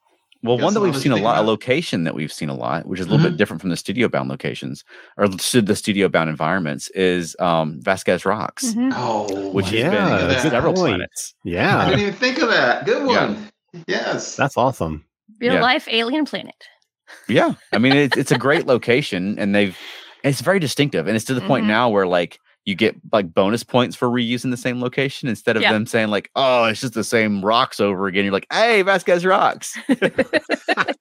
[SPEAKER 1] Well,
[SPEAKER 2] Got
[SPEAKER 1] one that
[SPEAKER 2] some
[SPEAKER 1] we've
[SPEAKER 2] others
[SPEAKER 1] seen
[SPEAKER 2] to
[SPEAKER 1] a
[SPEAKER 2] think
[SPEAKER 1] lot, a
[SPEAKER 2] about? Mm-hmm.
[SPEAKER 1] location that we've seen a lot, which is a little bit different from the studio bound locations or the the studio bound environments, is um, Vasquez Rocks,
[SPEAKER 4] Mhm.
[SPEAKER 2] Oh,
[SPEAKER 1] which
[SPEAKER 2] I
[SPEAKER 3] Yeah,
[SPEAKER 2] didn't
[SPEAKER 1] has
[SPEAKER 2] think
[SPEAKER 1] been
[SPEAKER 2] of that.
[SPEAKER 1] several
[SPEAKER 3] point.
[SPEAKER 1] planets.
[SPEAKER 2] I
[SPEAKER 3] Yeah,
[SPEAKER 2] didn't even think of that. Good
[SPEAKER 1] Yeah.
[SPEAKER 2] one. Yes.
[SPEAKER 3] that's awesome.
[SPEAKER 4] Real
[SPEAKER 1] Yeah.
[SPEAKER 4] life alien planet.
[SPEAKER 2] Mm-hmm.
[SPEAKER 1] Yeah, I mean it's it's a great location, and they've it's very distinctive, and it's to the point
[SPEAKER 2] Mm-hmm.
[SPEAKER 4] Mhm.
[SPEAKER 1] now where like you get like bonus points for reusing the same location instead of
[SPEAKER 4] Yeah.
[SPEAKER 1] them saying like oh it's just the same rocks over again. You're like hey Vasquez Rocks.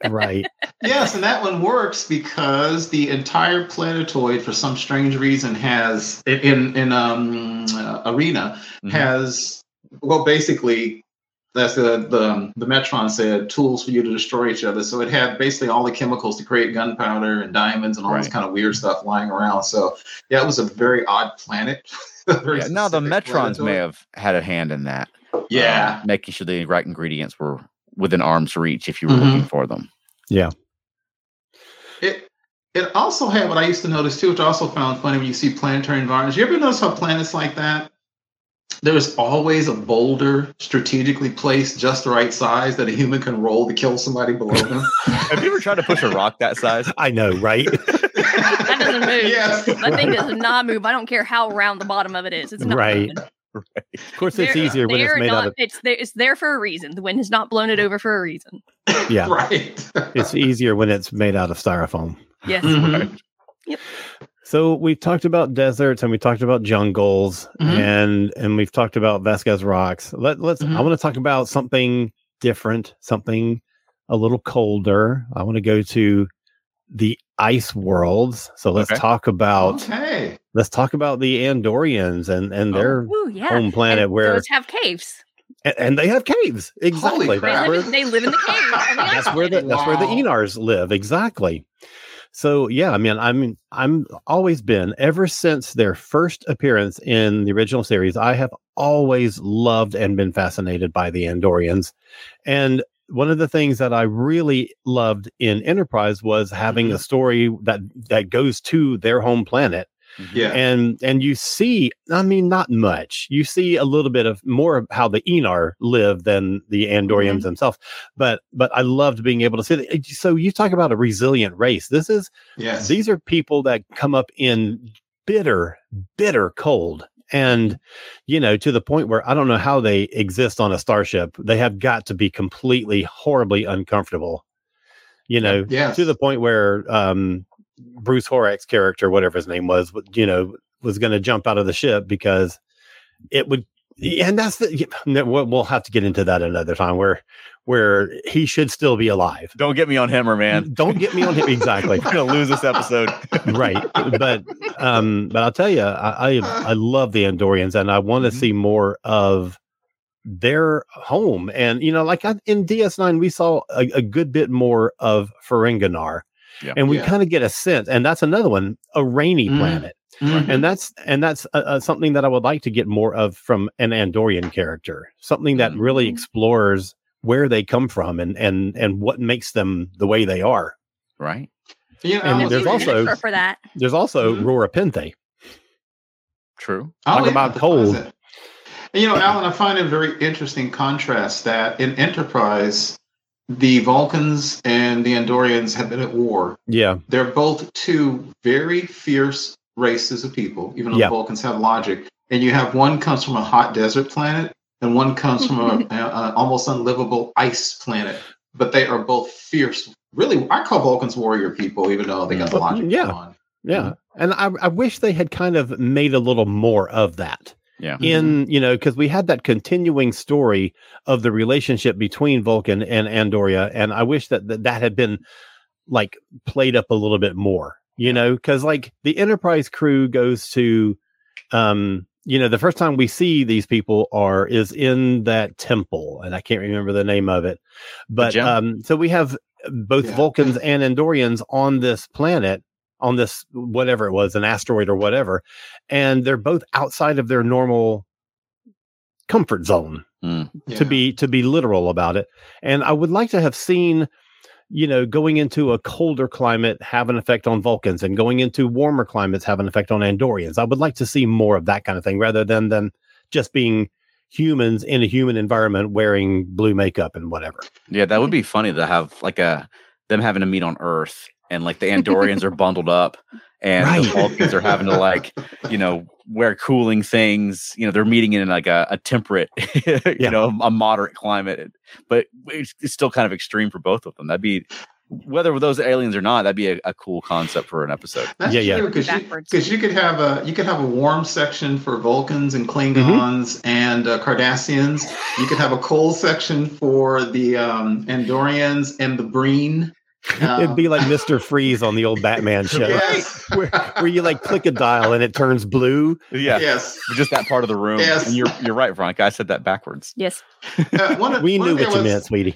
[SPEAKER 3] Right.
[SPEAKER 2] yes, and that one works because the entire planetoid, for some strange reason, has in in, in um uh, arena
[SPEAKER 1] Mhm.
[SPEAKER 2] has well basically that's the the the Metron said tools for you to destroy each other. So it had basically all the chemicals to create gunpowder and diamonds and all this
[SPEAKER 1] Right.
[SPEAKER 2] kind of weird stuff lying around. So yeah, it was a very odd planet. A very
[SPEAKER 1] Yeah, now the
[SPEAKER 2] specific
[SPEAKER 1] Metrons may
[SPEAKER 2] planetoid.
[SPEAKER 1] have had a hand in that.
[SPEAKER 2] yeah.
[SPEAKER 1] um, making sure the right ingredients were within arm's reach if you were
[SPEAKER 2] Mhm.
[SPEAKER 1] looking for them.
[SPEAKER 2] It it also had what I used to notice too, which I also found funny when you see planetary environments. You ever notice how planets like that? There is always a boulder strategically placed just the right size that a human can roll to kill somebody below them.
[SPEAKER 1] Have you ever tried to push a rock that size?
[SPEAKER 3] I know, right?
[SPEAKER 2] that
[SPEAKER 4] doesn't move.
[SPEAKER 2] Yes.
[SPEAKER 4] That thing does not move. I don't care how round the bottom of it is. It's not
[SPEAKER 3] Right.
[SPEAKER 4] moving.
[SPEAKER 3] Of course, it's
[SPEAKER 4] They're-
[SPEAKER 3] easier when it's
[SPEAKER 4] they're
[SPEAKER 3] made
[SPEAKER 4] not,
[SPEAKER 3] out of.
[SPEAKER 4] It's there, it's there for a reason. The wind has not blown it over for a reason.
[SPEAKER 3] Yeah.
[SPEAKER 2] Right.
[SPEAKER 3] It's easier when it's made out of styrofoam.
[SPEAKER 4] Yes.
[SPEAKER 3] Hmm.
[SPEAKER 2] Mhm.
[SPEAKER 3] So we've talked about deserts and we talked about jungles
[SPEAKER 2] Mhm.
[SPEAKER 3] and and we've talked about Vasquez rocks. Let let's I
[SPEAKER 2] Mhm.
[SPEAKER 3] want to talk about something different, something a little colder. I want to go to the ice worlds. So let's
[SPEAKER 1] Okay.
[SPEAKER 3] talk about
[SPEAKER 2] Okay.
[SPEAKER 3] let's talk about the Andorians and and
[SPEAKER 1] Oh.
[SPEAKER 3] their
[SPEAKER 4] Woo, yeah.
[SPEAKER 3] home planet
[SPEAKER 4] And
[SPEAKER 3] where
[SPEAKER 4] those have caves.
[SPEAKER 3] and, and they have caves. Exactly. That's
[SPEAKER 4] They
[SPEAKER 2] crap.
[SPEAKER 3] where-
[SPEAKER 4] live, in, they live in the cave. Oh on the ice
[SPEAKER 3] that's where the
[SPEAKER 4] planet.
[SPEAKER 3] that's where the
[SPEAKER 2] Wow.
[SPEAKER 3] Enars live exactly. So yeah, I mean, I mean, I'm always been ever since their first appearance in the original series. I have always loved and been fascinated by the Andorians, and one of the things that I really loved in Enterprise was having a story that that goes to their home planet
[SPEAKER 2] Yeah.
[SPEAKER 3] and and you see i mean not much you see a little bit of more of how the enar live than the andorians themselves but but i loved being able to see that so you talk about a resilient race this is
[SPEAKER 2] Yes.
[SPEAKER 3] these are people that come up in bitter bitter cold and you know to the point where i don't know how they exist on a starship they have got to be completely horribly uncomfortable you know
[SPEAKER 2] Yes.
[SPEAKER 3] to the point where um, Bruce Horak's character, whatever his name was, w- you know, was going to jump out of the ship because it would. And that's the. yeah, no, We'll we'll have to get into that another time where where he should still be alive.
[SPEAKER 1] Don't get me on him, or man.
[SPEAKER 3] Don't get me on him exactly.
[SPEAKER 1] We're gonna lose this episode.
[SPEAKER 3] right but um but i'll tell you i i, I love the andorians and i want to
[SPEAKER 1] Mhm.
[SPEAKER 3] see more of their home and you know like I, in ds9 we saw a, a good bit more of ferenginar
[SPEAKER 1] Yeah.
[SPEAKER 3] and we
[SPEAKER 2] Yeah.
[SPEAKER 3] kind of get a sense and that's another one a rainy
[SPEAKER 2] Mhm.
[SPEAKER 3] planet
[SPEAKER 2] Mhm.
[SPEAKER 3] and that's and that's uh, uh, something that I would like to get more of from an Andorian character, something that
[SPEAKER 1] Mhm.
[SPEAKER 3] really explores where they come from and and and what makes them the way they are.
[SPEAKER 1] Right?
[SPEAKER 2] You know,
[SPEAKER 3] and
[SPEAKER 2] I was
[SPEAKER 4] There's
[SPEAKER 3] there's
[SPEAKER 2] reading-
[SPEAKER 3] also-
[SPEAKER 4] also for that.
[SPEAKER 3] There's also
[SPEAKER 2] Mhm.
[SPEAKER 3] Rora Pente.
[SPEAKER 1] True.
[SPEAKER 3] Talk
[SPEAKER 2] yeah,
[SPEAKER 3] about
[SPEAKER 2] that's
[SPEAKER 3] cold.
[SPEAKER 2] what I said. And, you know, Alan, I find a very interesting contrast that in Enterprise, the Vulcans and the Andorians have been at war.
[SPEAKER 3] Yeah,
[SPEAKER 2] They're both two very fierce races of people, even though
[SPEAKER 3] Yeah.
[SPEAKER 2] Vulcans have logic. And you have one comes from a hot desert planet, and one comes from a, a, a almost unlivable ice planet. But they are both fierce. Really, I call Vulcans warrior people, even though they got
[SPEAKER 3] Well,
[SPEAKER 2] logic
[SPEAKER 3] Mm, yeah.
[SPEAKER 2] going on.
[SPEAKER 1] Mm-hmm.
[SPEAKER 3] yeah. And I, I wish they had kind of made a little more of that.
[SPEAKER 1] Yeah.
[SPEAKER 3] in you know because we had that continuing story of the relationship between vulcan and andoria and i wish that that, that had been like played up a little bit more you know because like the enterprise crew goes to um you know the first time we see these people are is in that temple and i can't remember the name of it but
[SPEAKER 1] gem?
[SPEAKER 3] um so we have both
[SPEAKER 2] Yeah.
[SPEAKER 3] vulcans and andorians on this planet on this whatever it was an asteroid or whatever and they're both outside of their normal comfort zone
[SPEAKER 2] Yeah.
[SPEAKER 3] to be to be literal about it and i would like to have seen you know going into a colder climate have an effect on vulcans and going into warmer climates have an effect on andorians i would like to see more of that kind of thing rather than them just being humans in a human environment wearing blue makeup and whatever
[SPEAKER 1] Yeah, that would be funny to have like a them having to meet on Earth and like the Andorians are bundled up and the
[SPEAKER 3] Right.
[SPEAKER 1] Vulcans are having to like, you know, wear cooling things. You know, they're meeting in like a, a temperate, you
[SPEAKER 3] Yeah.
[SPEAKER 1] know, a moderate climate. But it's, it's still kind of extreme for both of them. That'd be whether those are aliens or not, that'd be a, a cool concept for an episode.
[SPEAKER 2] That's
[SPEAKER 3] Yeah, yeah.
[SPEAKER 2] true, 'cause you-
[SPEAKER 4] Backwards.
[SPEAKER 2] Because you could have a you could have a warm section for Vulcans and
[SPEAKER 3] Mm-hmm.
[SPEAKER 2] Klingons and uh, Cardassians. You could have a cold section for the um, Andorians and the Breen. Um,
[SPEAKER 3] it'd be like mr freeze on the old batman show
[SPEAKER 2] yes,
[SPEAKER 3] where, where you like click a dial and it turns blue
[SPEAKER 1] Yeah.
[SPEAKER 2] yes.
[SPEAKER 1] Just that part of the room.
[SPEAKER 2] Yes.
[SPEAKER 1] And you're you're right, Veronica. I said that backwards.
[SPEAKER 4] Yes.
[SPEAKER 2] Uh, one,
[SPEAKER 3] we
[SPEAKER 2] one
[SPEAKER 3] knew
[SPEAKER 2] thing I
[SPEAKER 3] what you
[SPEAKER 2] was-
[SPEAKER 3] meant sweetie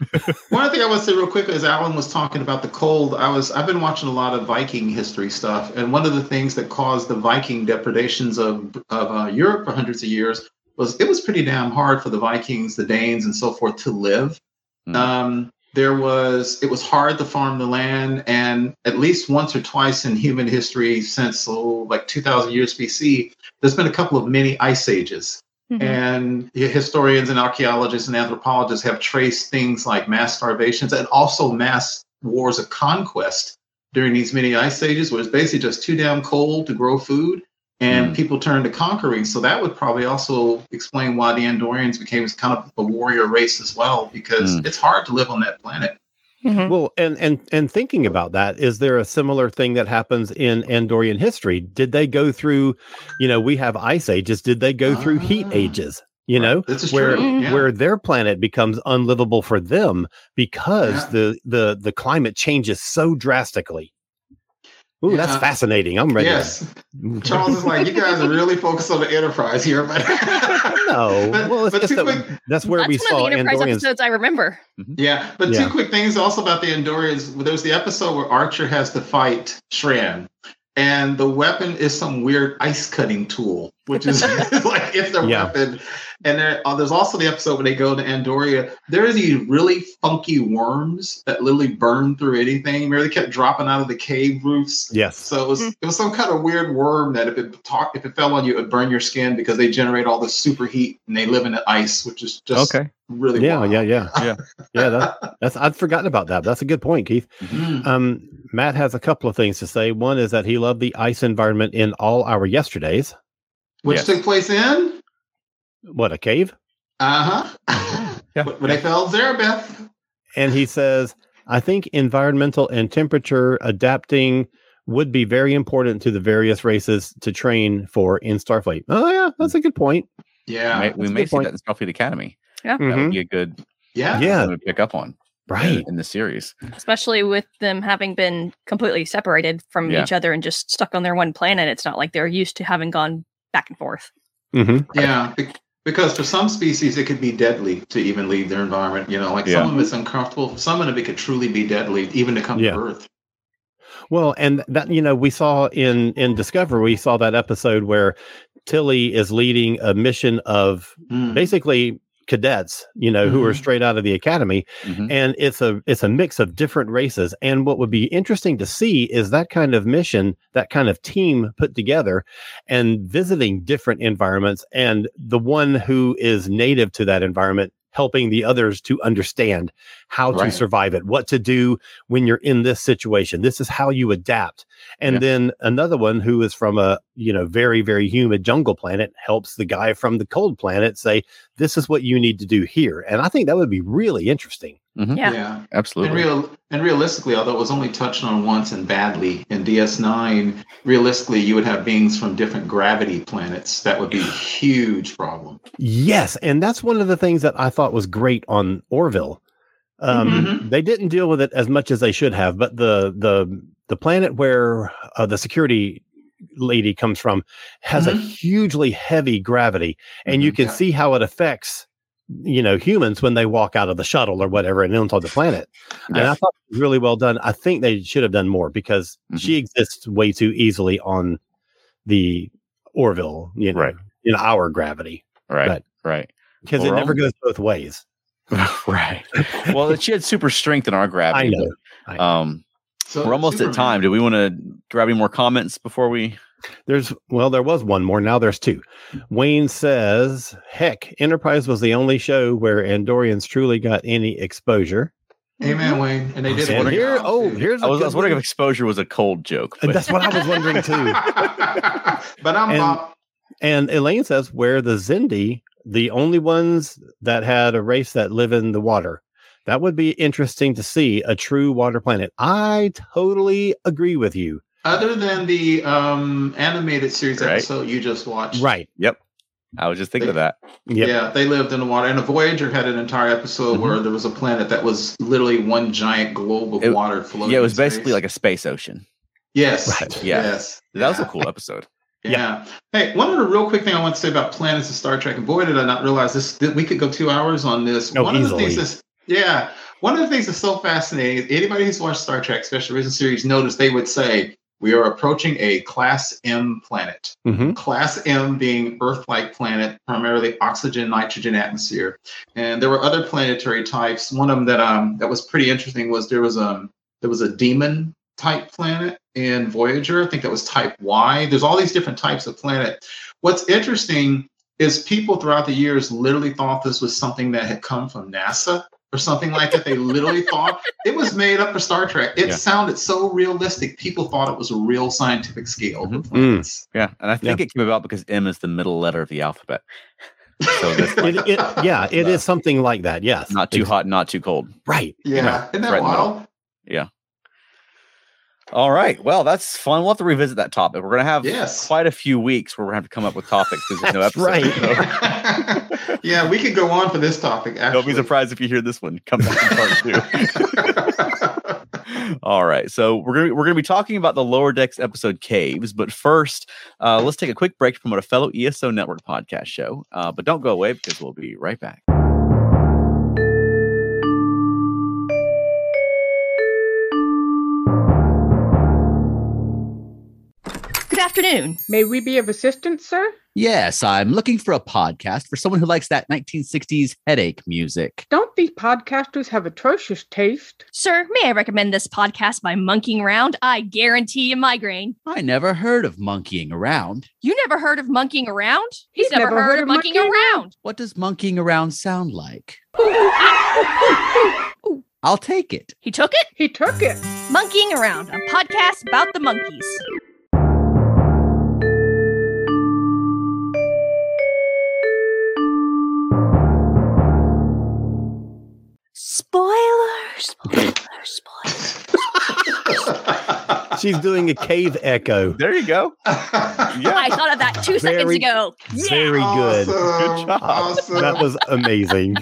[SPEAKER 2] One other thing I want to say real quick is Alan was talking about the cold. I was I've been watching a lot of Viking history stuff, and one of the things that caused the Viking depredations of of uh, Europe for hundreds of years was it was pretty damn hard for the Vikings, the Danes, and so forth to live.
[SPEAKER 1] Mm.
[SPEAKER 2] Um, there was it was hard to farm the land, and at least once or twice in human history since oh, like 2,000 years BC, there's been a couple of mini ice ages. And hi- historians and archaeologists and anthropologists have traced things like mass starvations and also mass wars of conquest during these many ice ages, where it's basically just too damn cold to grow food and
[SPEAKER 1] Mm.
[SPEAKER 2] people turn to conquering. So that would probably also explain why the Andorians became kind of a warrior race as well, because
[SPEAKER 1] Mm.
[SPEAKER 2] it's hard to live on that planet.
[SPEAKER 3] Well, and and and thinking about that, is there a similar thing that happens in Andorian history? Did they go through, you know, we have ice ages. Did they go through heat
[SPEAKER 2] Ah.
[SPEAKER 3] ages? You know,
[SPEAKER 2] This is
[SPEAKER 3] Oh, Where-
[SPEAKER 2] true. Yeah.
[SPEAKER 3] where their planet becomes unlivable for them because
[SPEAKER 2] Yeah.
[SPEAKER 3] the the the climate changes so drastically. Ooh, that's
[SPEAKER 2] Yeah.
[SPEAKER 3] fascinating. I'm ready. Mm-hmm. to-
[SPEAKER 2] yes. Charles is like, you guys are really focused on the enterprise here, but
[SPEAKER 3] No,
[SPEAKER 2] But-
[SPEAKER 3] well, it's
[SPEAKER 2] but
[SPEAKER 3] just
[SPEAKER 2] two
[SPEAKER 3] that
[SPEAKER 2] quick-
[SPEAKER 3] that's where
[SPEAKER 4] That's
[SPEAKER 3] we
[SPEAKER 4] one
[SPEAKER 3] saw
[SPEAKER 4] of the Enterprise
[SPEAKER 3] Andorians.
[SPEAKER 4] episodes I remember.
[SPEAKER 2] Yeah, but
[SPEAKER 3] Yeah.
[SPEAKER 2] two quick things also about the Andorians. There's the episode where Archer has to fight Shran, and the weapon is some weird ice cutting tool, which is like it's their
[SPEAKER 3] Yeah.
[SPEAKER 2] weapon. And there, uh, there's also the episode when they go to Andoria. There are these really funky worms that literally burn through anything. Remember, they kept dropping out of the cave roofs.
[SPEAKER 3] Yes.
[SPEAKER 2] So it was it was some kind of weird worm that if it talk, if it fell on you, it would burn your skin because they generate all this super heat and they live in the ice, which is just
[SPEAKER 1] Okay.
[SPEAKER 2] really
[SPEAKER 3] Yeah,
[SPEAKER 2] wild.
[SPEAKER 3] yeah, yeah,
[SPEAKER 1] Yeah.
[SPEAKER 3] yeah. That, that's I'd forgotten about that. That's a good point, Keith.
[SPEAKER 2] Mm.
[SPEAKER 3] Um, Matt has a couple of things to say. One is that he loved the ice environment in all our yesterdays.
[SPEAKER 2] which
[SPEAKER 1] Yes.
[SPEAKER 2] took place in
[SPEAKER 3] What a cave!
[SPEAKER 2] uh huh
[SPEAKER 1] Uh-huh. Yeah.
[SPEAKER 2] when they fell Zarabeth.
[SPEAKER 3] And he says, I think environmental and temperature adapting would be very important to the various races to train for in Starfleet. Oh yeah, that's a good point.
[SPEAKER 2] Yeah,
[SPEAKER 1] May- we
[SPEAKER 3] that's a
[SPEAKER 1] may
[SPEAKER 3] good
[SPEAKER 1] see
[SPEAKER 3] point.
[SPEAKER 1] that in Starfleet Academy. That
[SPEAKER 3] Mhm.
[SPEAKER 1] would be a good
[SPEAKER 2] yeah,
[SPEAKER 3] Yeah,
[SPEAKER 1] something to pick up on
[SPEAKER 3] right.
[SPEAKER 1] in the series.
[SPEAKER 4] Especially with them having been completely separated from
[SPEAKER 1] Yeah.
[SPEAKER 4] each other and just stuck on their one planet. It's not like they're used to having gone back and forth.
[SPEAKER 3] hmm
[SPEAKER 2] yeah. Be- because for some species, it could be deadly to even leave their environment. You know, like
[SPEAKER 1] Yeah.
[SPEAKER 2] some of it's uncomfortable. For some of it could truly be deadly, even to come
[SPEAKER 3] Yeah.
[SPEAKER 2] to Earth.
[SPEAKER 3] Well, and that you know, we saw in in Discover, we saw that episode where Tilly is leading a mission of
[SPEAKER 2] Mm.
[SPEAKER 3] basically cadets, you know, who are
[SPEAKER 2] Mhm.
[SPEAKER 3] straight out of the academy,
[SPEAKER 1] Mhm.
[SPEAKER 3] and it's a it's a mix of different races and what would be interesting to see is that kind of mission that kind of team put together and visiting different environments and the one who is native to that environment helping the others to understand how to
[SPEAKER 1] Right.
[SPEAKER 3] survive it what to do when you're in this situation this is how you adapt and
[SPEAKER 1] Yeah.
[SPEAKER 3] then another one who is from a you know very very humid jungle planet helps the guy from the cold planet say this is what you need to do here and i think that would be really interesting
[SPEAKER 1] Mhm.
[SPEAKER 4] Yeah.
[SPEAKER 2] And
[SPEAKER 1] Absolutely.
[SPEAKER 2] real and realistically, although it was only touched on once and badly in DS9, realistically you would have beings from different gravity planets. That would be a huge problem.
[SPEAKER 3] Yes, and that's one of the things that I thought was great on Orville. Um,
[SPEAKER 2] Mhm.
[SPEAKER 3] They didn't deal with it as much as they should have, but the the the planet where uh, the security lady comes from has a
[SPEAKER 2] Mhm.
[SPEAKER 3] hugely heavy gravity, and you
[SPEAKER 1] Mhm.
[SPEAKER 3] can
[SPEAKER 2] Yeah.
[SPEAKER 3] see how it affects you know humans when they walk out of the shuttle or whatever and onto the planet. And
[SPEAKER 1] Yeah.
[SPEAKER 3] I thought it was really well done. I think they should have done more because
[SPEAKER 1] Mhm.
[SPEAKER 3] she exists way too easily on the Orville, you know,
[SPEAKER 1] Right.
[SPEAKER 3] in our gravity
[SPEAKER 1] Right.
[SPEAKER 3] but-
[SPEAKER 1] Right.
[SPEAKER 3] because it
[SPEAKER 1] Well,
[SPEAKER 3] never
[SPEAKER 1] Rome-
[SPEAKER 3] goes both ways.
[SPEAKER 1] right. Well, she had super strength in our
[SPEAKER 3] I
[SPEAKER 1] gravity.
[SPEAKER 3] know.
[SPEAKER 1] but, Um,
[SPEAKER 2] So
[SPEAKER 1] we're almost at
[SPEAKER 2] Superman-
[SPEAKER 1] time. Do we want to grab any more comments before we?
[SPEAKER 3] There's well, there was one more. Now there's two. Wayne says, "Heck, Enterprise was the only show where Andorians truly got any exposure."
[SPEAKER 2] Amen, Wayne. And they did. a
[SPEAKER 3] And
[SPEAKER 2] good
[SPEAKER 3] here,
[SPEAKER 2] job,
[SPEAKER 3] oh,
[SPEAKER 2] too.
[SPEAKER 3] here's
[SPEAKER 1] I was,
[SPEAKER 3] a
[SPEAKER 1] I was
[SPEAKER 3] good
[SPEAKER 1] wondering if
[SPEAKER 3] one.
[SPEAKER 1] exposure was a cold joke.
[SPEAKER 3] And
[SPEAKER 1] but-
[SPEAKER 3] that's what I was wondering too.
[SPEAKER 2] but I'm
[SPEAKER 3] And-
[SPEAKER 2] Bob.
[SPEAKER 3] And Elaine says, "Where the Zindi, the only ones that had a race that live in the water." That would be interesting to see a true water planet. I totally agree with you.
[SPEAKER 2] Other than the um, animated series
[SPEAKER 1] Right.
[SPEAKER 2] episode you just watched,
[SPEAKER 3] Right.
[SPEAKER 1] I was just thinking of that.
[SPEAKER 3] Yep.
[SPEAKER 2] Yeah, they lived in the water. And a Voyager had an entire episode
[SPEAKER 1] Mhm.
[SPEAKER 2] where there was a planet that was literally one giant globe of
[SPEAKER 1] It-
[SPEAKER 2] water floating.
[SPEAKER 1] Yeah, it was
[SPEAKER 2] in
[SPEAKER 1] basically
[SPEAKER 2] space.
[SPEAKER 1] like a space ocean.
[SPEAKER 2] yes,
[SPEAKER 3] Right.
[SPEAKER 1] Yeah.
[SPEAKER 2] yes,
[SPEAKER 1] That was
[SPEAKER 2] yeah.
[SPEAKER 1] a cool episode.
[SPEAKER 2] Yeah. Hey, one other real quick thing I want to say about planets and Star Trek, and boy, did I not realize this that we could go two hours on this.
[SPEAKER 3] Oh,
[SPEAKER 2] one
[SPEAKER 3] easily.
[SPEAKER 2] of the things that's yeah, one of the things that's so fascinating is anybody who's watched Star Trek, especially original series, notice they would say we are approaching a class M planet.
[SPEAKER 3] Mhm.
[SPEAKER 2] Class M being Earth-like planet, primarily oxygen, nitrogen atmosphere. And there were other planetary types. One of them that um that was pretty interesting was there was um there was a demon type planet in Voyager. I think that was type Y. There's all these different types of planet. What's interesting is people throughout the years literally thought this was something that had come from NASA or something like that. They literally thought it was made up for Star Trek. It
[SPEAKER 1] Yeah.
[SPEAKER 2] sounded so realistic. People thought it was a real scientific scale. of the
[SPEAKER 1] Mhm.
[SPEAKER 3] Mm.
[SPEAKER 2] planets.
[SPEAKER 1] Yeah, and I think it came about because M is the middle letter of the alphabet. So that's
[SPEAKER 3] It, it, yeah, it is something like that. Yes.
[SPEAKER 1] Not too hot, not too cold.
[SPEAKER 3] Right.
[SPEAKER 2] Yeah. Isn't
[SPEAKER 1] right
[SPEAKER 2] that
[SPEAKER 1] in the middle.
[SPEAKER 2] wild?
[SPEAKER 1] All right. Well, that's fun. We'll have to revisit that topic. We're gonna have
[SPEAKER 2] Yes.
[SPEAKER 1] quite a few weeks where we're gonna have to come up with topics because there's no
[SPEAKER 3] That's
[SPEAKER 1] episode.
[SPEAKER 3] right.
[SPEAKER 1] So
[SPEAKER 2] yeah, we could go on for this topic.
[SPEAKER 1] don't
[SPEAKER 2] Actually.
[SPEAKER 1] be surprised if you hear this one come back in part two. All right, so we're gonna we're gonna be talking about the lower decks episode caves, but first, uh, let's take a quick break to promote a fellow ESO Network podcast show. Uh, but don't go away because we'll be right back.
[SPEAKER 4] Good afternoon.
[SPEAKER 5] May we be of assistance, sir?
[SPEAKER 6] Yes, I'm looking for a podcast for someone who likes that 1960s headache music.
[SPEAKER 5] Don't these podcasters have atrocious taste?
[SPEAKER 4] Sir, may I recommend this podcast by monkeying around? I guarantee a migraine.
[SPEAKER 6] I never heard of monkeying around.
[SPEAKER 4] You never heard of monkeying around? He's, never, heard, of monkeying, around.
[SPEAKER 6] What does monkeying around sound like? I'll take it.
[SPEAKER 4] He took it?
[SPEAKER 5] He took it.
[SPEAKER 4] Monkeying Around, a podcast about the monkeys. Spoilers, spoilers, spoilers.
[SPEAKER 3] She's doing a cave echo.
[SPEAKER 1] There you go. Yeah.
[SPEAKER 4] I thought of that two seconds
[SPEAKER 3] Very-
[SPEAKER 4] ago. Yeah.
[SPEAKER 3] Very good.
[SPEAKER 1] Good job.
[SPEAKER 2] Awesome.
[SPEAKER 3] That was amazing.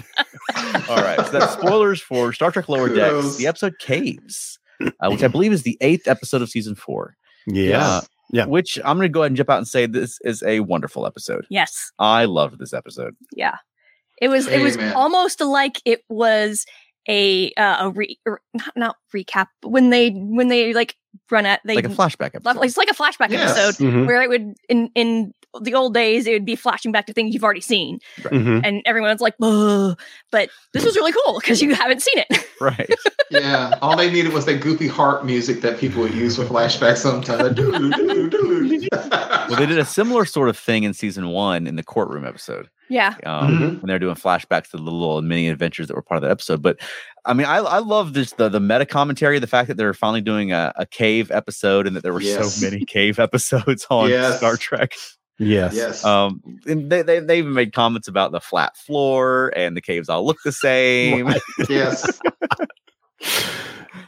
[SPEAKER 1] All right, so that's spoilers for Star Trek Lower Decks,
[SPEAKER 2] Kudos.
[SPEAKER 1] the episode Caves, uh, which I believe is the eighth episode of season four.
[SPEAKER 3] Yeah. Yeah.
[SPEAKER 1] Which I'm going to go ahead and jump out and say this is a wonderful episode.
[SPEAKER 4] Yes.
[SPEAKER 1] I loved this episode.
[SPEAKER 4] Yeah. It was it was
[SPEAKER 2] Amen.
[SPEAKER 4] almost like it was a uh, a re or not not recap but when they when they like run at they
[SPEAKER 1] like a flashback episode.
[SPEAKER 4] it's like a flashback
[SPEAKER 2] Yes.
[SPEAKER 4] episode
[SPEAKER 3] Mhm.
[SPEAKER 4] where it would in in the old days it would be flashing back to things you've already seen
[SPEAKER 3] Mhm.
[SPEAKER 4] and everyone's like Ugh. but this was really cool because you haven't seen it
[SPEAKER 1] right.
[SPEAKER 2] yeah, all they needed was that goofy harp music that people would use for flashbacks sometimes. That doo doo doo doo.
[SPEAKER 1] Well, they did a similar sort of thing in season one in the courtroom episode.
[SPEAKER 4] yeah
[SPEAKER 1] Um,
[SPEAKER 2] Mm-hmm.
[SPEAKER 1] When they're doing flashbacks to the little mini adventures that were part of that episode. But I mean, I, I love this the, the meta commentary, the fact that they're finally doing a, a cave episode and that there were
[SPEAKER 2] Yes.
[SPEAKER 1] so many cave episodes on
[SPEAKER 2] Yes.
[SPEAKER 1] Star Trek.
[SPEAKER 3] Yes.
[SPEAKER 2] Yes.
[SPEAKER 1] Um, and they, they, they even made comments about the flat floor and the caves all look the same.
[SPEAKER 2] yes.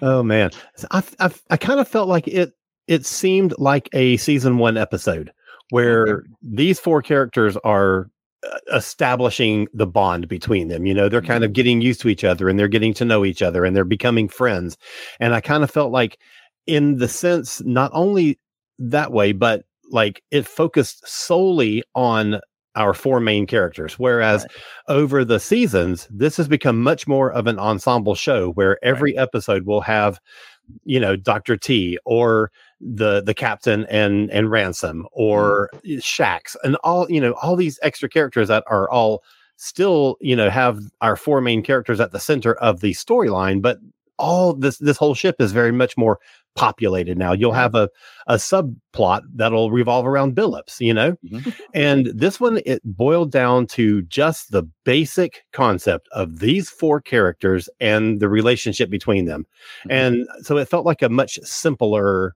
[SPEAKER 3] Oh man, So I I, I kind of felt like it. It seemed like a season one episode where these four characters are uh, establishing the bond between them. You know, they're kind of getting used to each other and they're getting to know each other and they're becoming friends. And I kind of felt like, in the sense, not only that way, but like it focused solely on our four main characters. Whereas over the seasons, this has become much more of an ensemble show where every episode will have, you know, Dr. T or the the captain and and ransom or Shax and all you know all these extra characters that are all still you know have our four main characters at the center of the storyline but all this this whole ship is very much more populated now you'll have a a subplot that'll revolve around Billups you know and this one, it boiled down to just the basic concept of these four characters and the relationship between them. And so it felt like a much simpler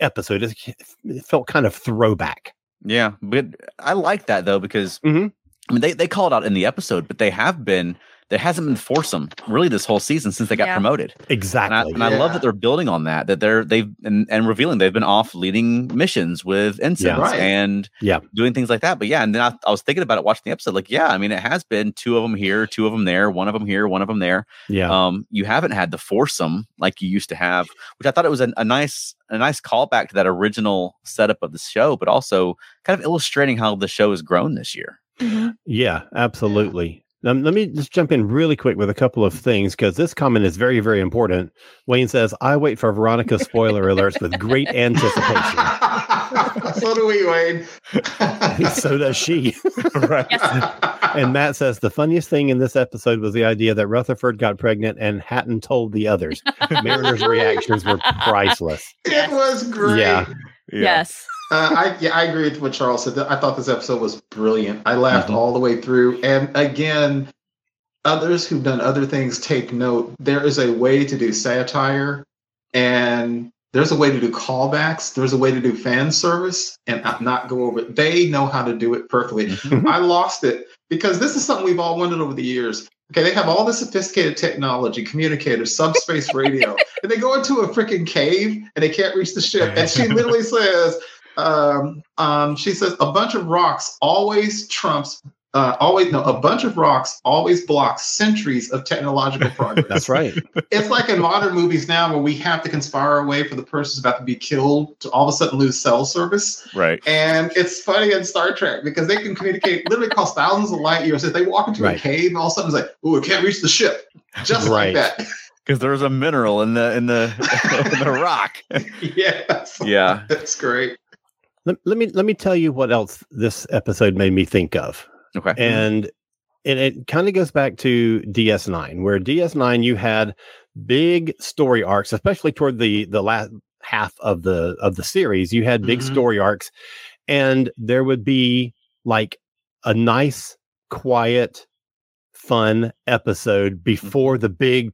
[SPEAKER 3] episode. It, it felt kind of throwback.
[SPEAKER 1] Yeah, but I like that though because
[SPEAKER 2] Mm-hmm.
[SPEAKER 3] Mhm.
[SPEAKER 1] I mean they they called out in the episode, but they have been there hasn't been foursome really this whole season since they got
[SPEAKER 4] Yeah.
[SPEAKER 1] promoted, and I,
[SPEAKER 3] Exactly.
[SPEAKER 1] and I love
[SPEAKER 2] Yeah.
[SPEAKER 1] that they're building on that that they're they've and, and revealing they've been off leading missions with ensigns
[SPEAKER 2] Right.
[SPEAKER 1] and
[SPEAKER 3] Yeah.
[SPEAKER 1] doing things like that. But yeah, and then I, I was thinking about it watching the episode, like yeah, I mean it has been two of them here, two of them there, one of them here, one of them there.
[SPEAKER 3] yeah.
[SPEAKER 1] Um, you haven't had the foursome like you used to have, which I thought it was a, a nice a nice callback to that original setup of the show, but also kind of illustrating how the show has grown this year.
[SPEAKER 3] Yeah, absolutely. Um, let me just jump in really quick with a couple of things because this comment is very, very important. Wayne says, I wait for Veronica spoiler alerts with great anticipation.
[SPEAKER 2] so do we, Wayne.
[SPEAKER 3] so does she.
[SPEAKER 1] right.
[SPEAKER 3] And Matt says the funniest thing in this episode was the idea that Rutherford got pregnant and Hatton told the others. Mariner's reactions were priceless.
[SPEAKER 2] it was great.
[SPEAKER 3] Yeah.
[SPEAKER 4] Yes.
[SPEAKER 2] Uh, I yeah, I agree with what Charles said. I thought this episode was brilliant. I laughed
[SPEAKER 1] Mhm.
[SPEAKER 2] all the way through. And again, others who've done other things take note. There is a way to do satire, and there's a way to do callbacks. There's a way to do fan service, and not- not go over. it. They know how to do it perfectly. I lost it because this is something we've all wondered over the years. Okay, they have all the sophisticated technology, communicators, subspace radio, and they go into a freaking cave and they can't reach the ship. And she literally says, um, um, she says, a bunch of rocks always trumps, uh, always, no, a bunch of rocks always blocks centuries of technological progress.
[SPEAKER 3] That's right.
[SPEAKER 2] It's like in modern movies now where we have to conspire our way for the person who's about to be killed to all of a sudden lose cell service.
[SPEAKER 1] Right.
[SPEAKER 2] And it's funny in Star Trek because they can communicate literally across thousands of light years. If they walk into
[SPEAKER 3] Right.
[SPEAKER 2] a cave, and all of a sudden it's like, "Ooh, it can't reach the ship," just
[SPEAKER 3] Right.
[SPEAKER 2] like that.
[SPEAKER 1] Because there's a mineral in the in the in the rock.
[SPEAKER 2] yeah, that's,
[SPEAKER 1] Yeah.
[SPEAKER 2] that's great.
[SPEAKER 3] Let, let me let me tell you what else this episode made me think of.
[SPEAKER 1] Okay.
[SPEAKER 3] Mm-hmm. And and it kind of goes back to DS9, where DS9 you had big story arcs, especially toward the the last half of the of the series, you had big
[SPEAKER 2] Mhm.
[SPEAKER 3] story arcs, and there would be like a nice, quiet, fun episode before the big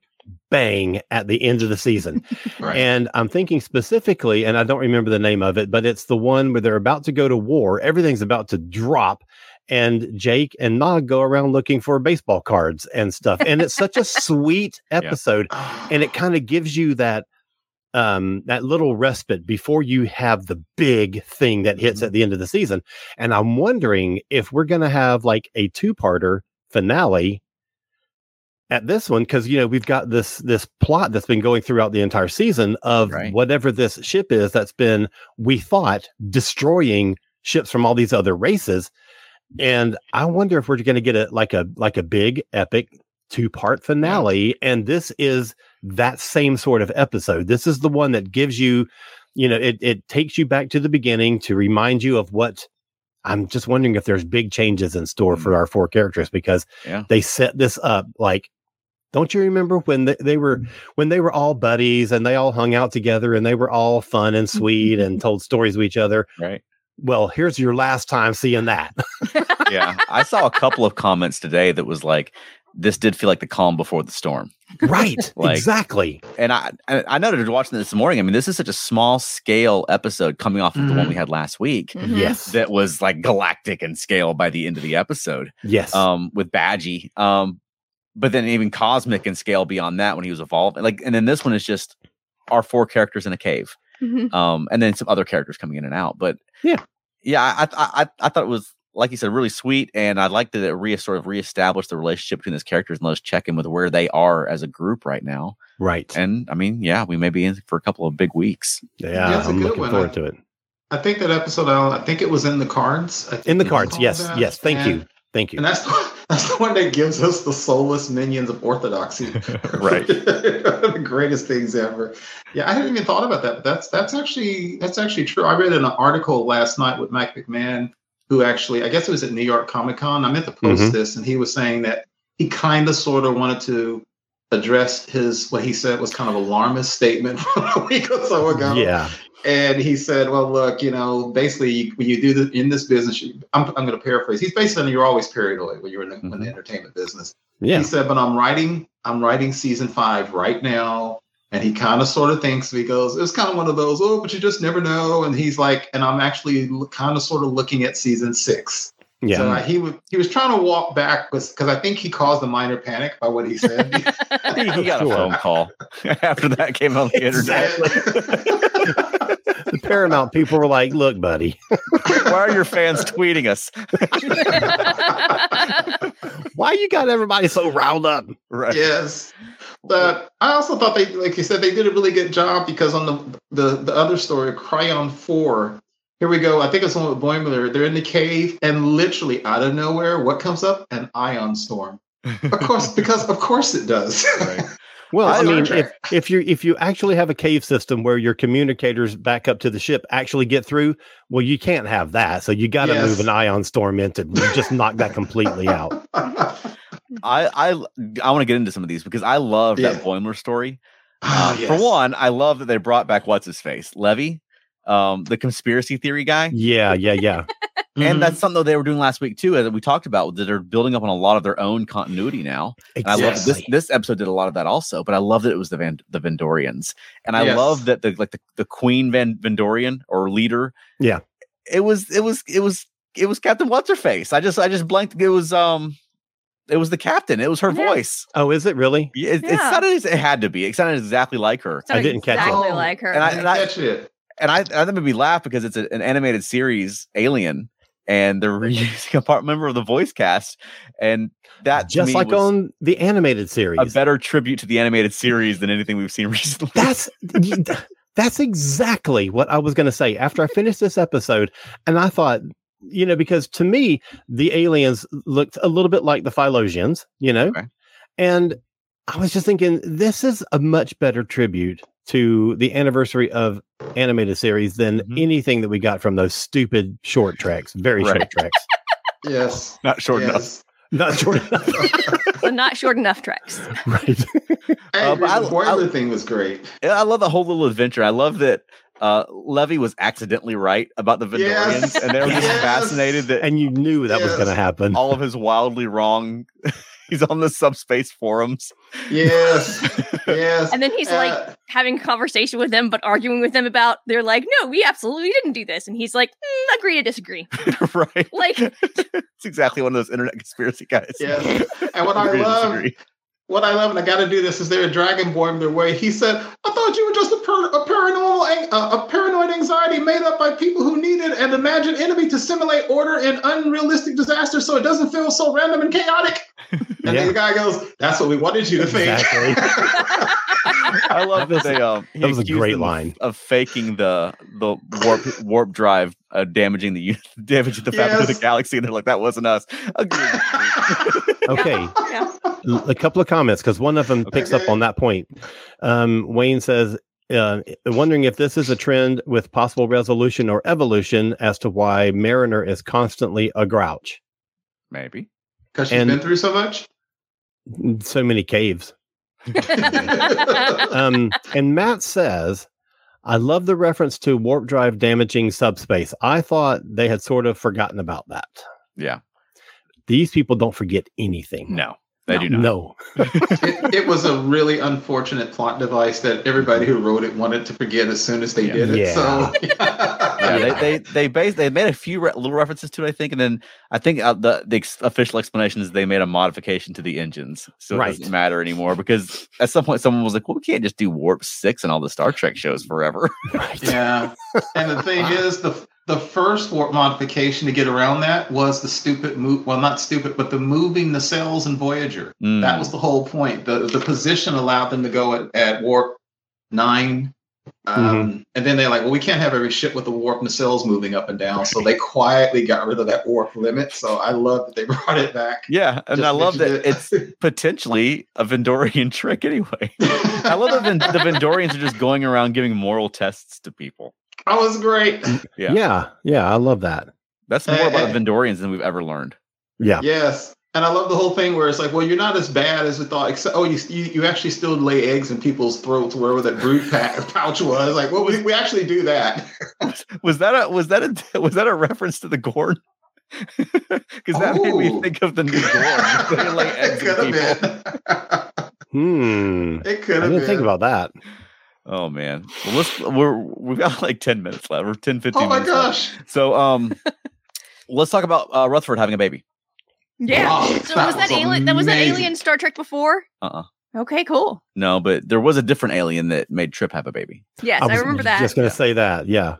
[SPEAKER 3] bang at the end of the season.
[SPEAKER 2] Right.
[SPEAKER 3] And I'm thinking specifically, and I don't remember the name of it, but it's the one where they're about to go to war. Everything's about to drop. And Jake and Nog go around looking for baseball cards and stuff. And it's such a sweet episode. And it kind of gives you that um that little respite before you have the big thing that hits at the end of the season. And I'm wondering if we're gonna have like a two-parter finale at this one because you know we've got this this plot that's been going throughout the entire season of
[SPEAKER 1] Right.
[SPEAKER 3] whatever this ship is that's been we thought destroying ships from all these other races and i wonder if we're going to get a like a like a big epic two part finale and this is that same sort of episode this is the one that gives you you know it it takes you back to the beginning to remind you of what i'm just wondering if there's big changes in store for our four characters because
[SPEAKER 1] Mm. Yeah.
[SPEAKER 3] they set this up like don't you remember when they, they were
[SPEAKER 1] Mm-hmm.
[SPEAKER 3] when they were all buddies and they all hung out together and they were all fun and
[SPEAKER 1] Mm-hmm.
[SPEAKER 3] sweet and told stories to each other
[SPEAKER 1] Right.
[SPEAKER 3] well here's your last time seeing that
[SPEAKER 1] Yeah. I saw a couple of comments today that was like, this did feel like the calm before the storm.
[SPEAKER 3] right
[SPEAKER 1] Like-
[SPEAKER 3] exactly
[SPEAKER 1] and I I I noted watching this morning. I mean, this is such a small scale episode coming off of the one
[SPEAKER 2] Mhm.
[SPEAKER 1] we had last week
[SPEAKER 4] Mhm.
[SPEAKER 3] yes
[SPEAKER 1] Mm-hmm. that was like galactic in scale by the end of the episode
[SPEAKER 3] yes
[SPEAKER 1] um, with Badgie. Um, but then even cosmic and scale beyond that when he was evolved. Like, and then this one is just our four characters in a cave,
[SPEAKER 4] Mhm.
[SPEAKER 1] um, and then some other characters coming in and out. But
[SPEAKER 3] Yeah.
[SPEAKER 1] yeah, I I I, I thought it was like you said really sweet, and I like that it re sort of reestablished the relationship between those characters and let us check in with where they are as a group right now.
[SPEAKER 3] Right.
[SPEAKER 1] And I mean, yeah, we may be in for a couple of big weeks.
[SPEAKER 3] yeah,
[SPEAKER 2] That's a
[SPEAKER 3] I'm
[SPEAKER 2] good
[SPEAKER 3] looking
[SPEAKER 2] one.
[SPEAKER 3] forward
[SPEAKER 2] I-
[SPEAKER 3] to it.
[SPEAKER 2] I think that episode, Alan, I think it was in the cards. I think
[SPEAKER 3] In the
[SPEAKER 2] it was
[SPEAKER 3] cards,
[SPEAKER 2] called
[SPEAKER 3] yes,
[SPEAKER 2] that.
[SPEAKER 3] yes. Thank
[SPEAKER 2] And-
[SPEAKER 3] you, thank you.
[SPEAKER 2] And that's the, that's the one that gives us the soulless minions of orthodoxy.
[SPEAKER 1] Right.
[SPEAKER 2] the greatest things ever. Yeah, I hadn't even thought about that. But that's that's actually that's actually true. I read an article last night with Mike McMahon, who actually I guess it was at New York Comic Con. I meant to post
[SPEAKER 3] Mhm.
[SPEAKER 2] this, and he was saying that he kind of sort of wanted to address his what he said was kind of alarmist statement from a week or so ago
[SPEAKER 3] Yeah,
[SPEAKER 2] and he said, "Well, look, you know, basically, you, when you do the, in this business, you, I'm, I'm going to paraphrase. He's basically saying you're always paranoid when you're in the, in the entertainment business.
[SPEAKER 3] Mm-hmm. yeah.
[SPEAKER 2] He said, "But I'm writing, I'm writing season five right now." And he kind of sort of thinks he goes, "It's kind of one of those, oh, but you just never know." And he's like, "And I'm actually kind of sort of looking at season six.
[SPEAKER 3] Yeah.
[SPEAKER 2] So uh, he was he was trying to walk back because I think he caused a minor panic by what he said.
[SPEAKER 1] He got a
[SPEAKER 3] Sure.
[SPEAKER 1] phone call after that came on the internet.
[SPEAKER 3] the Paramount people were like, "Look, buddy,
[SPEAKER 1] Why are your fans tweeting us?
[SPEAKER 3] why you got everybody so riled up?"
[SPEAKER 1] Right.
[SPEAKER 2] yes but i also thought they like you said they did a really good job because on the the, the other story cryon 4 here we go i think it's the one with boimler they're in the cave and literally out of nowhere what comes up an ion storm of course because of course it does
[SPEAKER 1] Right.
[SPEAKER 3] Well,
[SPEAKER 2] It's
[SPEAKER 3] I mean,
[SPEAKER 2] Star
[SPEAKER 3] if,
[SPEAKER 2] Trek.
[SPEAKER 3] if you if you actually have a cave system where your communicators back up to the ship actually get through, well, you can't have that. So you got to
[SPEAKER 2] Yes.
[SPEAKER 3] move an ion storm into just knock that completely out.
[SPEAKER 2] Ah,
[SPEAKER 1] I I I want to get into some of these because I love
[SPEAKER 2] Yeah.
[SPEAKER 1] that Boimler story.
[SPEAKER 2] Ah,
[SPEAKER 1] Uh,
[SPEAKER 2] yes.
[SPEAKER 1] For one, I love that they brought back what's his face, Levy, um, the conspiracy theory guy.
[SPEAKER 3] Yeah, yeah, yeah.
[SPEAKER 4] Mm-hmm.
[SPEAKER 1] And that's something that they were doing last week too, as we talked about, that they're building up on a lot of their own continuity now. And I love that this
[SPEAKER 3] Exactly.
[SPEAKER 1] this episode did a lot of that also, but I love that it was the Van the Vendorians. And I
[SPEAKER 2] Yes.
[SPEAKER 1] love that the like the, the Queen Van Vendorian or leader.
[SPEAKER 3] Yeah.
[SPEAKER 1] It was it was it was it was Captain What's her face. I just I just blanked it was um it was the captain. It was her
[SPEAKER 4] Yeah.
[SPEAKER 1] voice.
[SPEAKER 3] Oh, is it really?
[SPEAKER 1] Yeah, It, it
[SPEAKER 4] Yeah.
[SPEAKER 1] sounded as- it had to be. It sounded exactly like her.
[SPEAKER 3] I didn't catch it.
[SPEAKER 4] exactly
[SPEAKER 2] Oh.
[SPEAKER 4] like her.
[SPEAKER 1] And I-
[SPEAKER 2] Didn't
[SPEAKER 1] and I-
[SPEAKER 2] catch it.
[SPEAKER 1] and I, I that made me laugh because it's a, an animated series, Alien, and they're reusing a part member of the voice cast, and that to
[SPEAKER 3] just
[SPEAKER 1] me
[SPEAKER 3] like
[SPEAKER 1] was
[SPEAKER 3] on the animated
[SPEAKER 1] a
[SPEAKER 3] series.
[SPEAKER 1] better tribute to the animated series than anything we've seen recently.
[SPEAKER 3] That's that's exactly what I was going to say after I finished this episode, and I thought, you know, because to me the aliens looked a little bit like the Philosians, you know,
[SPEAKER 1] Okay.
[SPEAKER 3] and I was just thinking this is a much better tribute to the anniversary of animated series than
[SPEAKER 1] Mhm.
[SPEAKER 3] anything that we got from those stupid short tracks, very
[SPEAKER 1] Right.
[SPEAKER 3] short tracks,
[SPEAKER 2] yes
[SPEAKER 1] Not short enough.
[SPEAKER 2] yes.
[SPEAKER 3] not short enough,
[SPEAKER 4] So not short enough tracks.
[SPEAKER 3] right?
[SPEAKER 2] I
[SPEAKER 1] Uh,
[SPEAKER 2] agree,
[SPEAKER 1] but
[SPEAKER 2] the
[SPEAKER 1] I-
[SPEAKER 2] boiler thing was great
[SPEAKER 1] And I love the whole little adventure. I love that uh, Levy was accidentally right about the Vendorians,
[SPEAKER 2] Yes.
[SPEAKER 1] and they were just
[SPEAKER 2] Yes.
[SPEAKER 1] fascinated that
[SPEAKER 3] And you knew that was going to
[SPEAKER 2] Yes.
[SPEAKER 3] happen.
[SPEAKER 1] all of his wildly wrong. He's on the subspace forums.
[SPEAKER 2] yes yes
[SPEAKER 4] And then he's like
[SPEAKER 2] Uh,
[SPEAKER 4] having a conversation with them, but arguing with them about they're like, no, we absolutely didn't do this. And he's like, mm, agree to disagree.
[SPEAKER 1] right.
[SPEAKER 4] Like,
[SPEAKER 1] it's exactly one of those internet conspiracy guys.
[SPEAKER 2] Yes. and what i
[SPEAKER 1] Agree to
[SPEAKER 2] love
[SPEAKER 1] disagree.
[SPEAKER 2] what I love, and I got to do this, is they're a dragonborn in their way. He said, "I thought you were just a, par- a paranormal, an- a, a paranoid anxiety made up by people who needed an imagined enemy to simulate order in unrealistic disaster, so it doesn't feel so random and chaotic." And
[SPEAKER 3] Yeah.
[SPEAKER 2] then the guy goes, "That's what we wanted you to think."
[SPEAKER 3] Exactly.
[SPEAKER 1] I love that
[SPEAKER 3] That
[SPEAKER 1] they um he
[SPEAKER 3] that was a
[SPEAKER 1] accused
[SPEAKER 3] great
[SPEAKER 1] them of-
[SPEAKER 3] line.
[SPEAKER 1] of faking the the warp warp drive uh, damaging the u- damaging the fabric of
[SPEAKER 2] Yes.
[SPEAKER 1] the galaxy and they're like that wasn't us. Agree with you.
[SPEAKER 3] Okay.
[SPEAKER 4] yeah.
[SPEAKER 3] L- a couple of comments because one of them picks up
[SPEAKER 2] Okay.
[SPEAKER 3] on that point. Um, Wayne says, uh, wondering if this is a trend with possible resolution or evolution as to why Mariner is constantly a grouch.
[SPEAKER 1] Maybe.
[SPEAKER 2] Because she's
[SPEAKER 3] And-
[SPEAKER 2] been through so much.
[SPEAKER 3] So many caves. Um, and Matt says, I love the reference to warp drive damaging subspace. I thought they had sort of forgotten about that.
[SPEAKER 1] Yeah.
[SPEAKER 3] These people don't forget anything.
[SPEAKER 1] No. They do not.
[SPEAKER 3] No.
[SPEAKER 2] It, it was a really unfortunate plot device that everybody who wrote it wanted to forget as soon as they
[SPEAKER 1] Yeah.
[SPEAKER 2] did it.
[SPEAKER 3] Yeah.
[SPEAKER 2] So.
[SPEAKER 1] yeah, they they they based, they made a few re- little references to it, I think, and then I think uh, the the ex- official explanation is they made a modification to the engines, so it
[SPEAKER 3] Right.
[SPEAKER 1] doesn't matter anymore. Because at some point, someone was like, "Well, we can't just do warp six and all the Star Trek shows forever."
[SPEAKER 2] Yeah. And the thing is, the the first warp modification to get around that was the stupid move. Well, not stupid, but the moving the cells in Voyager.
[SPEAKER 1] Mm.
[SPEAKER 2] That was the whole point. The the position allowed them to go at, at warp nine. Um,
[SPEAKER 1] Mm-hmm.
[SPEAKER 2] And then they're like, well, we can't have every ship with the warp nacelles moving up and down. So they quietly got rid of that warp limit. So I love that they brought it back.
[SPEAKER 1] yeah, and
[SPEAKER 2] Just
[SPEAKER 1] I love
[SPEAKER 2] mentioned
[SPEAKER 1] that it's potentially a Vendorian trick anyway. I love that Ven- the Vendorians are just going around giving moral tests to people.
[SPEAKER 2] that was great.
[SPEAKER 1] Yeah.
[SPEAKER 3] Yeah. yeah, I love that.
[SPEAKER 1] That's more about
[SPEAKER 2] Eh, eh.
[SPEAKER 1] Vendorians than we've ever learned.
[SPEAKER 3] Yeah,
[SPEAKER 2] Yes. And I love the whole thing where it's like, well, you're not as bad as we thought. Except, oh, you, you you actually still lay eggs in people's throats wherever that brood pa- pouch was. Like, well, we, we actually do that.
[SPEAKER 1] Was that a was that a was that a reference to the Gorn? Because that made
[SPEAKER 2] Ooh.
[SPEAKER 1] me think of the new Gorn. They lay eggs in
[SPEAKER 2] could
[SPEAKER 1] people.
[SPEAKER 2] have been.
[SPEAKER 3] hmm.
[SPEAKER 2] it could
[SPEAKER 3] I
[SPEAKER 2] have
[SPEAKER 3] didn't
[SPEAKER 2] been.
[SPEAKER 3] think about that.
[SPEAKER 1] Oh man, well, let's we're we've got like ten minutes left, or 10, 15
[SPEAKER 2] oh my
[SPEAKER 1] minutes left.
[SPEAKER 2] gosh.
[SPEAKER 1] So um, let's talk about uh, Rutherford having a baby.
[SPEAKER 4] Yeah.
[SPEAKER 2] Wow,
[SPEAKER 4] so was that alien? That was that
[SPEAKER 2] amazing.
[SPEAKER 4] alien Star Trek before?
[SPEAKER 1] Uh-uh.
[SPEAKER 4] Okay, cool.
[SPEAKER 1] No, but there was a different alien that made Trip have a baby.
[SPEAKER 4] Yes, I,
[SPEAKER 3] was
[SPEAKER 4] remember that.
[SPEAKER 3] Just gonna
[SPEAKER 1] Yeah.
[SPEAKER 3] say that. Yeah,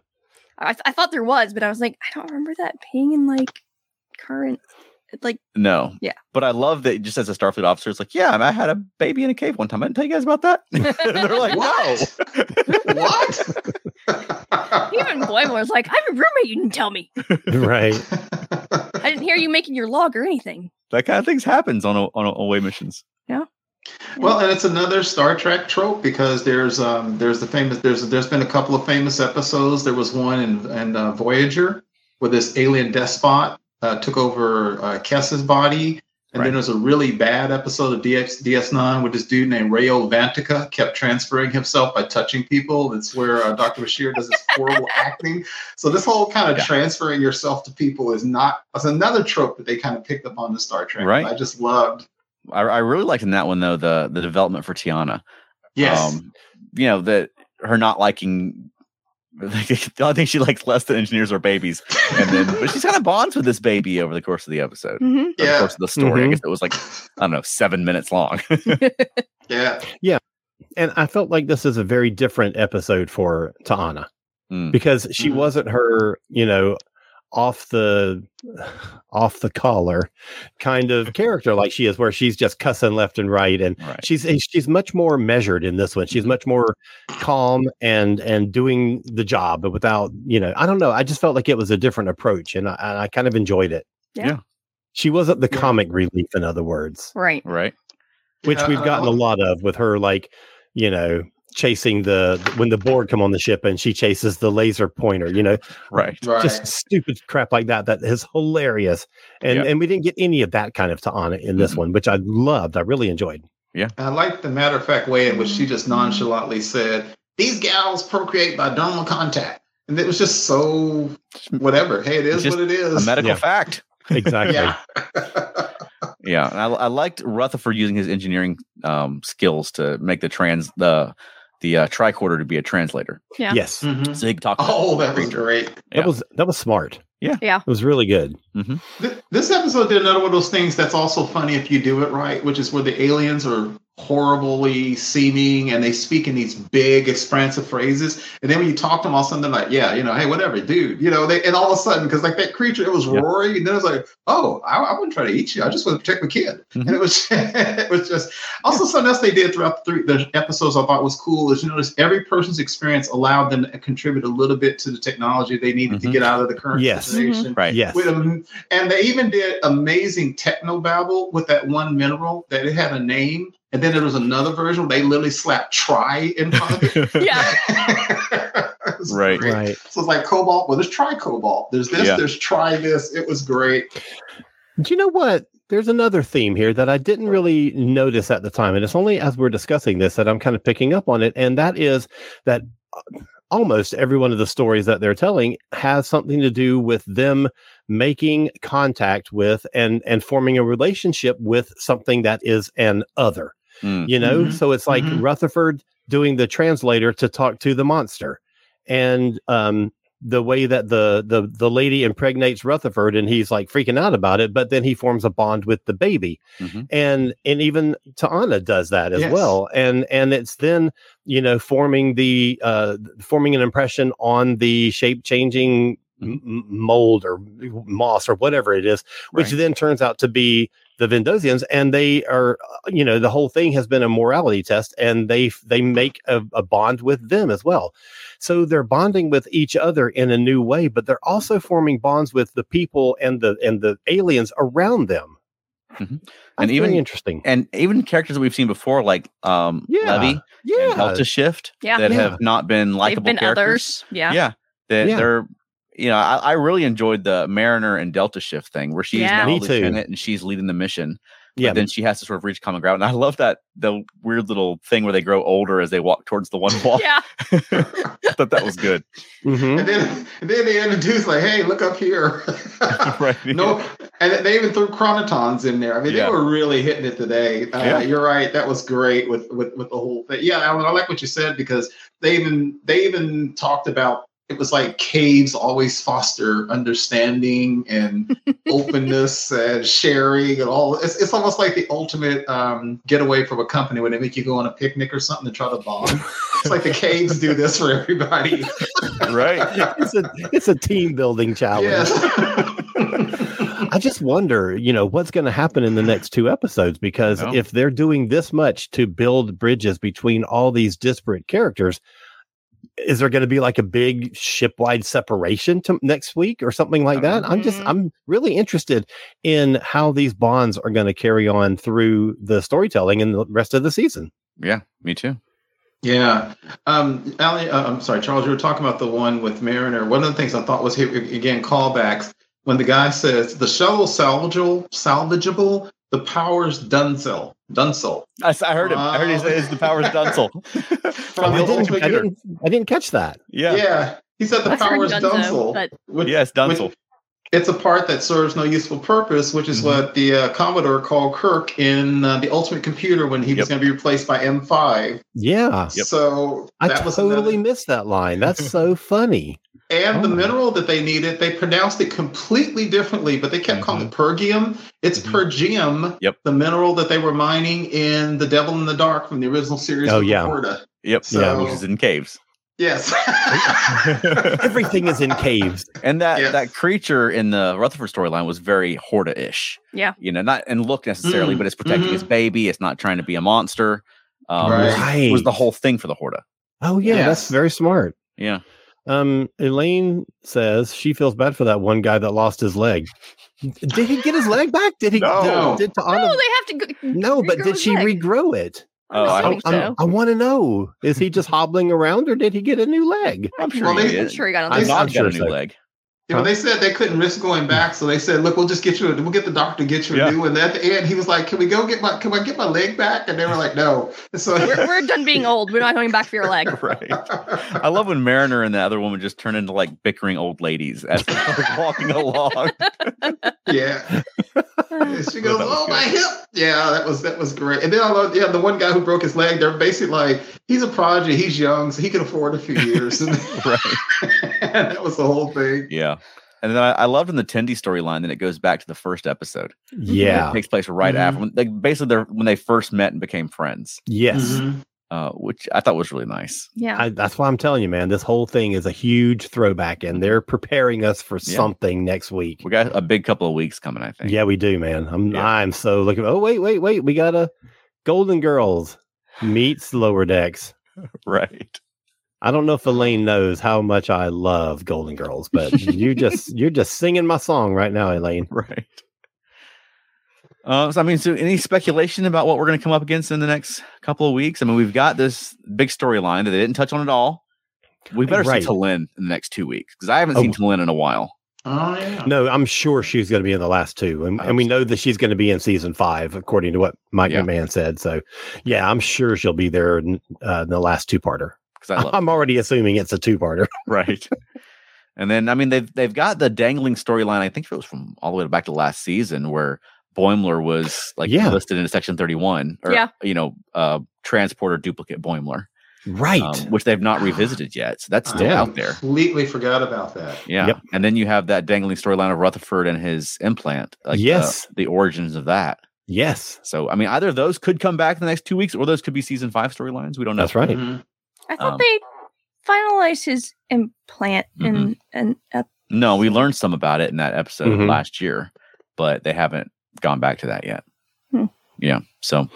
[SPEAKER 4] I, I thought there was, but I was like, I don't remember that being in like current. Like,
[SPEAKER 1] No.
[SPEAKER 4] Yeah.
[SPEAKER 1] But I love that just as a Starfleet officer, it's like, yeah, I had a baby in a cave one time. I didn't tell you guys about that. And they're like,
[SPEAKER 2] What? what?
[SPEAKER 4] even Boimler was like, I have a roommate. You didn't tell me.
[SPEAKER 3] right.
[SPEAKER 4] I didn't hear you making your log or anything.
[SPEAKER 1] that kind of things happens on a, on a, away missions.
[SPEAKER 2] Well, and it's another Star Trek trope because there's um there's the famous there's there's been a couple of famous episodes. There was one in and uh, Voyager where this alien despot uh, took over uh, Kess's body, and
[SPEAKER 1] Right.
[SPEAKER 2] then there's a really bad episode of DX, DS9 with this dude named Rayo Vantica kept transferring himself by touching people. That's where uh, Dr. Bashir does his horrible acting. So this whole kind of
[SPEAKER 1] Yeah.
[SPEAKER 2] transferring yourself to people is not is another trope that they kind of picked up on the Star Trek.
[SPEAKER 1] Right.
[SPEAKER 2] I just loved.
[SPEAKER 1] I, I really liked in that one though the the development for Tiana. Um,
[SPEAKER 2] Yes.
[SPEAKER 1] you know that her not liking. the only thing she likes less than engineers are babies, and then but she's kind of bonds with this baby over the course of the episode, over
[SPEAKER 4] Mhm.
[SPEAKER 1] the
[SPEAKER 2] yeah.
[SPEAKER 1] course of the story. I
[SPEAKER 3] Mhm.
[SPEAKER 1] guess it was like I don't know seven minutes long.
[SPEAKER 2] Yeah.
[SPEAKER 3] And I felt like this is a very different episode for Taana
[SPEAKER 1] Mm.
[SPEAKER 3] because she
[SPEAKER 2] Mhm.
[SPEAKER 4] Mm-hmm.
[SPEAKER 3] wasn't her, you know, off the off the collar kind of character like she is, where she's just cussing left and right and
[SPEAKER 1] right.
[SPEAKER 3] she's she's much more measured in this one. She's
[SPEAKER 4] Mm-hmm.
[SPEAKER 3] much more calm and and doing the job without you know. I don't know. I just felt like it was a different approach, and I, and I kind of enjoyed it.
[SPEAKER 4] Yeah.
[SPEAKER 1] Yeah.
[SPEAKER 3] She wasn't the
[SPEAKER 2] Yeah.
[SPEAKER 3] comic relief, in other words,
[SPEAKER 4] Right.
[SPEAKER 1] Right.
[SPEAKER 3] which
[SPEAKER 2] Yeah, uh-huh.
[SPEAKER 3] we've
[SPEAKER 2] and I
[SPEAKER 3] gotten a
[SPEAKER 2] love-
[SPEAKER 3] lot of with her, like you know, chasing the when the board come on the ship and she chases the laser pointer. You know,
[SPEAKER 1] Right.
[SPEAKER 2] Right.
[SPEAKER 3] just stupid crap like that. That is hilarious, and
[SPEAKER 1] Yeah.
[SPEAKER 3] and we didn't get any of that kind of to Anna in this
[SPEAKER 2] Mm-hmm.
[SPEAKER 1] Mhm.
[SPEAKER 3] one, which I loved. I really enjoyed.
[SPEAKER 2] And I like the matter of fact way in which she just nonchalantly said, These gals procreate by dermal contact. And it was just so whatever. Hey, it is
[SPEAKER 1] Just
[SPEAKER 2] what it
[SPEAKER 1] A
[SPEAKER 2] is.
[SPEAKER 1] medical
[SPEAKER 3] Yeah.
[SPEAKER 1] fact.
[SPEAKER 3] Exactly.
[SPEAKER 2] yeah.
[SPEAKER 1] Yeah, and I, I liked Rutherford using his engineering um, skills to make the trans the the uh, tricorder to be a translator,
[SPEAKER 4] Yeah.
[SPEAKER 3] Yes.
[SPEAKER 2] Mhm.
[SPEAKER 1] so he could talk. to
[SPEAKER 2] Oh,
[SPEAKER 1] the
[SPEAKER 2] that was
[SPEAKER 1] creature.
[SPEAKER 2] great.
[SPEAKER 3] That
[SPEAKER 1] Yeah.
[SPEAKER 3] was that was smart.
[SPEAKER 1] Yeah.
[SPEAKER 4] Yeah.
[SPEAKER 3] It was really good.
[SPEAKER 2] Th- This episode did another one of those things that's also funny if you do it right, which is where the aliens are horribly seeming and they speak in these big, expansive phrases. And then when you talk to them, all of a sudden they're like, yeah, you know, hey, whatever, dude. You know, they, and all of a sudden, because like that creature, it was
[SPEAKER 1] Yeah.
[SPEAKER 2] roaring. And then it was like, oh, I, I wouldn't try to eat you. I just want to protect my kid.
[SPEAKER 1] Mhm.
[SPEAKER 2] And it was, it was just, also something else they did throughout the, three, the episodes I thought was cool is you notice every person's experience allowed them to contribute a little bit to the technology they needed
[SPEAKER 1] Mhm.
[SPEAKER 2] to get out of the current
[SPEAKER 3] Yes.
[SPEAKER 2] situation.
[SPEAKER 1] Right.
[SPEAKER 3] Yes.
[SPEAKER 2] With a, and they even did amazing techno babble with that one mineral that it had a name, and then there was another version where they literally slapped tri in front of it.
[SPEAKER 4] Yeah.
[SPEAKER 2] It was
[SPEAKER 1] Right.
[SPEAKER 2] great.
[SPEAKER 3] Right.
[SPEAKER 2] So it's like cobalt. Well, there's tri cobalt. There's this.
[SPEAKER 1] Yeah.
[SPEAKER 2] There's tri this. It was great.
[SPEAKER 3] Do you know what? There's another theme here that I didn't really notice at the time, and it's only as we're discussing this that I'm kind of picking up on it, and that is that uh, almost every one of the stories that they're telling has something to do with them making contact with and and forming a relationship with something that is an other.
[SPEAKER 1] Mm.
[SPEAKER 3] you know
[SPEAKER 2] Mhm.
[SPEAKER 3] so it's like
[SPEAKER 2] Mhm.
[SPEAKER 3] rutherford doing the translator to talk to the monster and um the way that the the the lady impregnates Rutherford, and he's like freaking out about it. But then he forms a bond with the baby,
[SPEAKER 6] Mhm.
[SPEAKER 3] and and even Taana does that as
[SPEAKER 2] Yes.
[SPEAKER 3] well. And and it's then you know forming the uh forming an impression on the shape changing m- m- mold or moss or whatever it is, which
[SPEAKER 6] Right.
[SPEAKER 3] then turns out to be the Vendosians, and they are uh, you know the whole thing has been a morality test, and they they make a, a bond with them as well. So they're bonding with each other in a new way, but they're also forming bonds with the people and the and the aliens around them.
[SPEAKER 1] Mhm.
[SPEAKER 3] And
[SPEAKER 1] And
[SPEAKER 3] even
[SPEAKER 1] even-
[SPEAKER 3] interesting,
[SPEAKER 1] and even characters that we've seen before, like um,
[SPEAKER 3] Yeah,
[SPEAKER 1] Levy and Helta Shift,
[SPEAKER 4] Yeah.
[SPEAKER 1] that
[SPEAKER 3] Yeah.
[SPEAKER 1] have not been
[SPEAKER 4] They've
[SPEAKER 1] likable
[SPEAKER 4] been
[SPEAKER 1] characters.
[SPEAKER 4] others. Yeah.
[SPEAKER 1] yeah, that
[SPEAKER 3] Yeah.
[SPEAKER 1] they're you know I, I really enjoyed the Mariner and Delta Shift thing where she's
[SPEAKER 4] Yeah.
[SPEAKER 1] now
[SPEAKER 3] Me
[SPEAKER 1] a
[SPEAKER 3] too.
[SPEAKER 1] lieutenant and she's leading the mission. Yeah,
[SPEAKER 3] Yeah.
[SPEAKER 1] but then she has to sort of reach common ground, and I love that the weird little thing where they grow older as they walk towards the one wall.
[SPEAKER 4] Yeah.
[SPEAKER 1] I thought that was good.
[SPEAKER 3] Mhm.
[SPEAKER 2] And then, and then the introduced like, "Hey, look up here."
[SPEAKER 1] right?
[SPEAKER 2] no, and they even threw chronotons in there. I mean,
[SPEAKER 1] Yeah.
[SPEAKER 2] they were really hitting it today. Uh,
[SPEAKER 1] Yeah.
[SPEAKER 2] You're right. That was great with with, with the whole thing. Yeah, I, I like what you said because they even they even talked about it was like caves always foster understanding and openness and sharing and all. It's, it's almost like the ultimate um, getaway from a company when they make you go on a picnic or something to try to bond. it's like the caves do this for everybody.
[SPEAKER 1] right?
[SPEAKER 3] it's a it's a team building challenge.
[SPEAKER 2] Yes.
[SPEAKER 3] I just wonder, you know, what's going to happen in the next two episodes because
[SPEAKER 1] No.
[SPEAKER 3] if they're doing this much to build bridges between all these disparate characters, is there going to be like a big ship-wide separation to next week or something like that? I'm just
[SPEAKER 1] Mm-hmm.
[SPEAKER 4] Mhm.
[SPEAKER 3] I'm really interested in how these bonds are going to carry on through the storytelling and the rest of the season.
[SPEAKER 1] Yeah, me too.
[SPEAKER 2] Yeah. Um, Ali, uh, I'm sorry, Charles, you were talking about the one with Mariner. One of the things I thought was, here again, callbacks. When the guy says, the shuttle salvageable, salvageable, the power's Dunzel. Dunzel.
[SPEAKER 1] I, s- I heard him. I heard he
[SPEAKER 2] Wow.
[SPEAKER 1] said, "Is the powers Dunzel from
[SPEAKER 3] I
[SPEAKER 1] the
[SPEAKER 2] Well,
[SPEAKER 3] didn't,
[SPEAKER 1] old
[SPEAKER 3] I,
[SPEAKER 1] computer?"
[SPEAKER 3] didn't, I didn't catch that.
[SPEAKER 1] Yeah.
[SPEAKER 2] Yeah. He said the
[SPEAKER 4] I've heard
[SPEAKER 2] power's
[SPEAKER 4] Dunzo,
[SPEAKER 2] Dunzel.
[SPEAKER 4] but
[SPEAKER 2] which-
[SPEAKER 1] Yes, Dunzel.
[SPEAKER 2] which- It's a part that serves no useful purpose, which is
[SPEAKER 1] Mhm.
[SPEAKER 2] what the uh, Commodore called Kirk in uh, the Ultimate Computer when he was
[SPEAKER 1] Yep.
[SPEAKER 2] going to be replaced by M5.
[SPEAKER 3] Yeah.
[SPEAKER 1] Yep.
[SPEAKER 2] So
[SPEAKER 3] I
[SPEAKER 2] that was another-
[SPEAKER 3] totally missed that line. That's so funny.
[SPEAKER 2] And
[SPEAKER 3] Oh
[SPEAKER 2] the
[SPEAKER 3] my.
[SPEAKER 2] mineral that they needed, they pronounced it completely differently, but they kept calling it
[SPEAKER 3] Mm-hmm.
[SPEAKER 2] pergium. It's
[SPEAKER 1] Mhm.
[SPEAKER 2] pergium,
[SPEAKER 1] Yep.
[SPEAKER 2] the mineral that they were mining in The Devil in the Dark from the original series.
[SPEAKER 3] Oh,
[SPEAKER 2] with
[SPEAKER 3] yeah.
[SPEAKER 2] Laporta.
[SPEAKER 1] Yep.
[SPEAKER 2] So-
[SPEAKER 1] Which is in caves.
[SPEAKER 2] Yes.
[SPEAKER 3] Everything is in caves.
[SPEAKER 1] And that
[SPEAKER 2] Yes.
[SPEAKER 1] that creature in the Rutherford storyline was very Horta-ish.
[SPEAKER 4] Yeah.
[SPEAKER 1] You know, not in look necessarily,
[SPEAKER 2] Mm,
[SPEAKER 1] but it's protecting its baby. It's not trying to be a monster. Um,
[SPEAKER 2] Right.
[SPEAKER 1] which
[SPEAKER 3] Right.
[SPEAKER 1] was the whole thing for the Horta.
[SPEAKER 3] Oh yeah, that's
[SPEAKER 2] Yes.
[SPEAKER 3] very smart.
[SPEAKER 1] Yeah.
[SPEAKER 3] Um, Elaine says she feels bad for that one guy that lost his leg. Did he get his leg back? Did he?
[SPEAKER 2] No.
[SPEAKER 3] Did, did
[SPEAKER 4] no,
[SPEAKER 3] Taana,
[SPEAKER 4] Oh, they have to. Go-
[SPEAKER 3] no, but
[SPEAKER 4] regrow
[SPEAKER 3] did
[SPEAKER 4] his
[SPEAKER 3] she
[SPEAKER 4] leg.
[SPEAKER 3] regrow it?
[SPEAKER 1] Oh, I
[SPEAKER 4] I'm
[SPEAKER 1] hope
[SPEAKER 4] assuming
[SPEAKER 3] I'm- I
[SPEAKER 4] so.
[SPEAKER 3] want to know: Is he just hobbling around, or did he get a new leg?
[SPEAKER 1] I'm sure
[SPEAKER 2] Well,
[SPEAKER 1] he
[SPEAKER 2] they-
[SPEAKER 1] did.
[SPEAKER 4] I'm sure he got on
[SPEAKER 1] The
[SPEAKER 3] I'm
[SPEAKER 4] this.
[SPEAKER 1] dog got
[SPEAKER 3] sure
[SPEAKER 1] a new
[SPEAKER 3] so.
[SPEAKER 1] leg.
[SPEAKER 2] Yeah, but they said they couldn't risk going back, so they said, "Look, we'll just get you. A, we'll get the doctor to get you a
[SPEAKER 1] Yeah.
[SPEAKER 2] new one." At the end, he was like, "Can we go get my? Can I get my leg back?" And they were like, "No." And so
[SPEAKER 4] We're, we're done being old. We're not going back for your leg.
[SPEAKER 1] right. I love when Mariner and the other woman just turn into like bickering old ladies as they're walking along.
[SPEAKER 2] yeah. And she goes,
[SPEAKER 1] that was
[SPEAKER 2] "Oh my
[SPEAKER 1] good.
[SPEAKER 2] hip!" Yeah, that was that was great. And then I love, yeah, the one guy who broke his leg. They're basically like, he's a prodigy. He's young, so he can afford a few years. And
[SPEAKER 1] Right.
[SPEAKER 2] that was the whole thing.
[SPEAKER 1] Yeah. And then I, I loved in the Tendy storyline that it goes back to the first episode.
[SPEAKER 3] Yeah.
[SPEAKER 1] It takes place right
[SPEAKER 2] Mhm.
[SPEAKER 1] after, when- like basically they're, when they first met and became friends,
[SPEAKER 3] Yes.
[SPEAKER 2] Mhm.
[SPEAKER 1] uh, which I thought was really nice.
[SPEAKER 4] Yeah.
[SPEAKER 3] I, that's why I'm telling you, man. This whole thing is a huge throwback, and they're preparing us for
[SPEAKER 1] Yeah.
[SPEAKER 3] something next week.
[SPEAKER 1] We got a big couple of weeks coming, I think.
[SPEAKER 3] Yeah, we do, man. I'm
[SPEAKER 1] Yeah.
[SPEAKER 3] I'm so looking. Oh wait, wait, wait. We got a Golden Girls meets Lower Decks.
[SPEAKER 1] Right.
[SPEAKER 3] I don't know if
[SPEAKER 1] Uh-huh.
[SPEAKER 3] Elaine knows how much I love Golden Girls, but you just you're just singing my song right now, Elaine.
[SPEAKER 1] Right. Uh, so I mean, so any speculation about what we're going to come up against in the next couple of weeks? I mean, we've got this big storyline that they didn't touch on at all. We better
[SPEAKER 3] Right.
[SPEAKER 1] see Talin in the next two weeks because I haven't
[SPEAKER 3] Oh.
[SPEAKER 1] seen Talin in a while.
[SPEAKER 2] Oh yeah.
[SPEAKER 3] No, I'm sure she's going to be in the last two, and,
[SPEAKER 1] I
[SPEAKER 3] and we
[SPEAKER 1] hope
[SPEAKER 3] know that she's going to be in season five, according to what Mike
[SPEAKER 1] Yeah.
[SPEAKER 3] McMahon said. So, yeah, I'm sure she'll be there in, uh, in the last two parter.
[SPEAKER 1] Because I love
[SPEAKER 3] I'm already assuming it's a two parter.
[SPEAKER 1] right. And then I mean they've they've got the dangling storyline. I think it was from all the way back to last season where Boimler was like
[SPEAKER 3] Yeah.
[SPEAKER 1] listed in section thirty one.
[SPEAKER 4] Yeah.
[SPEAKER 1] You know, uh, transporter duplicate Boimler.
[SPEAKER 3] Right.
[SPEAKER 1] um, which they've not revisited yet. So that's still
[SPEAKER 3] Yeah.
[SPEAKER 1] out there.
[SPEAKER 2] Completely forgot about that.
[SPEAKER 1] Yeah.
[SPEAKER 3] Yep.
[SPEAKER 1] And then you have that dangling storyline of Rutherford and his implant. Like uh,
[SPEAKER 3] Yes.
[SPEAKER 1] the origins of that.
[SPEAKER 3] yes.
[SPEAKER 1] So, I mean, either of those could come back in the next two weeks or those could be season five storylines. We don't know.
[SPEAKER 3] That's right.
[SPEAKER 2] Mhm.
[SPEAKER 4] I thought
[SPEAKER 1] Um,
[SPEAKER 4] they finalized his implant in an ep-
[SPEAKER 1] No, we learned some about it in that episode
[SPEAKER 3] Mhm.
[SPEAKER 1] last year, but they haven't gone back to that yet.
[SPEAKER 4] Hmm.
[SPEAKER 1] Yeah. So,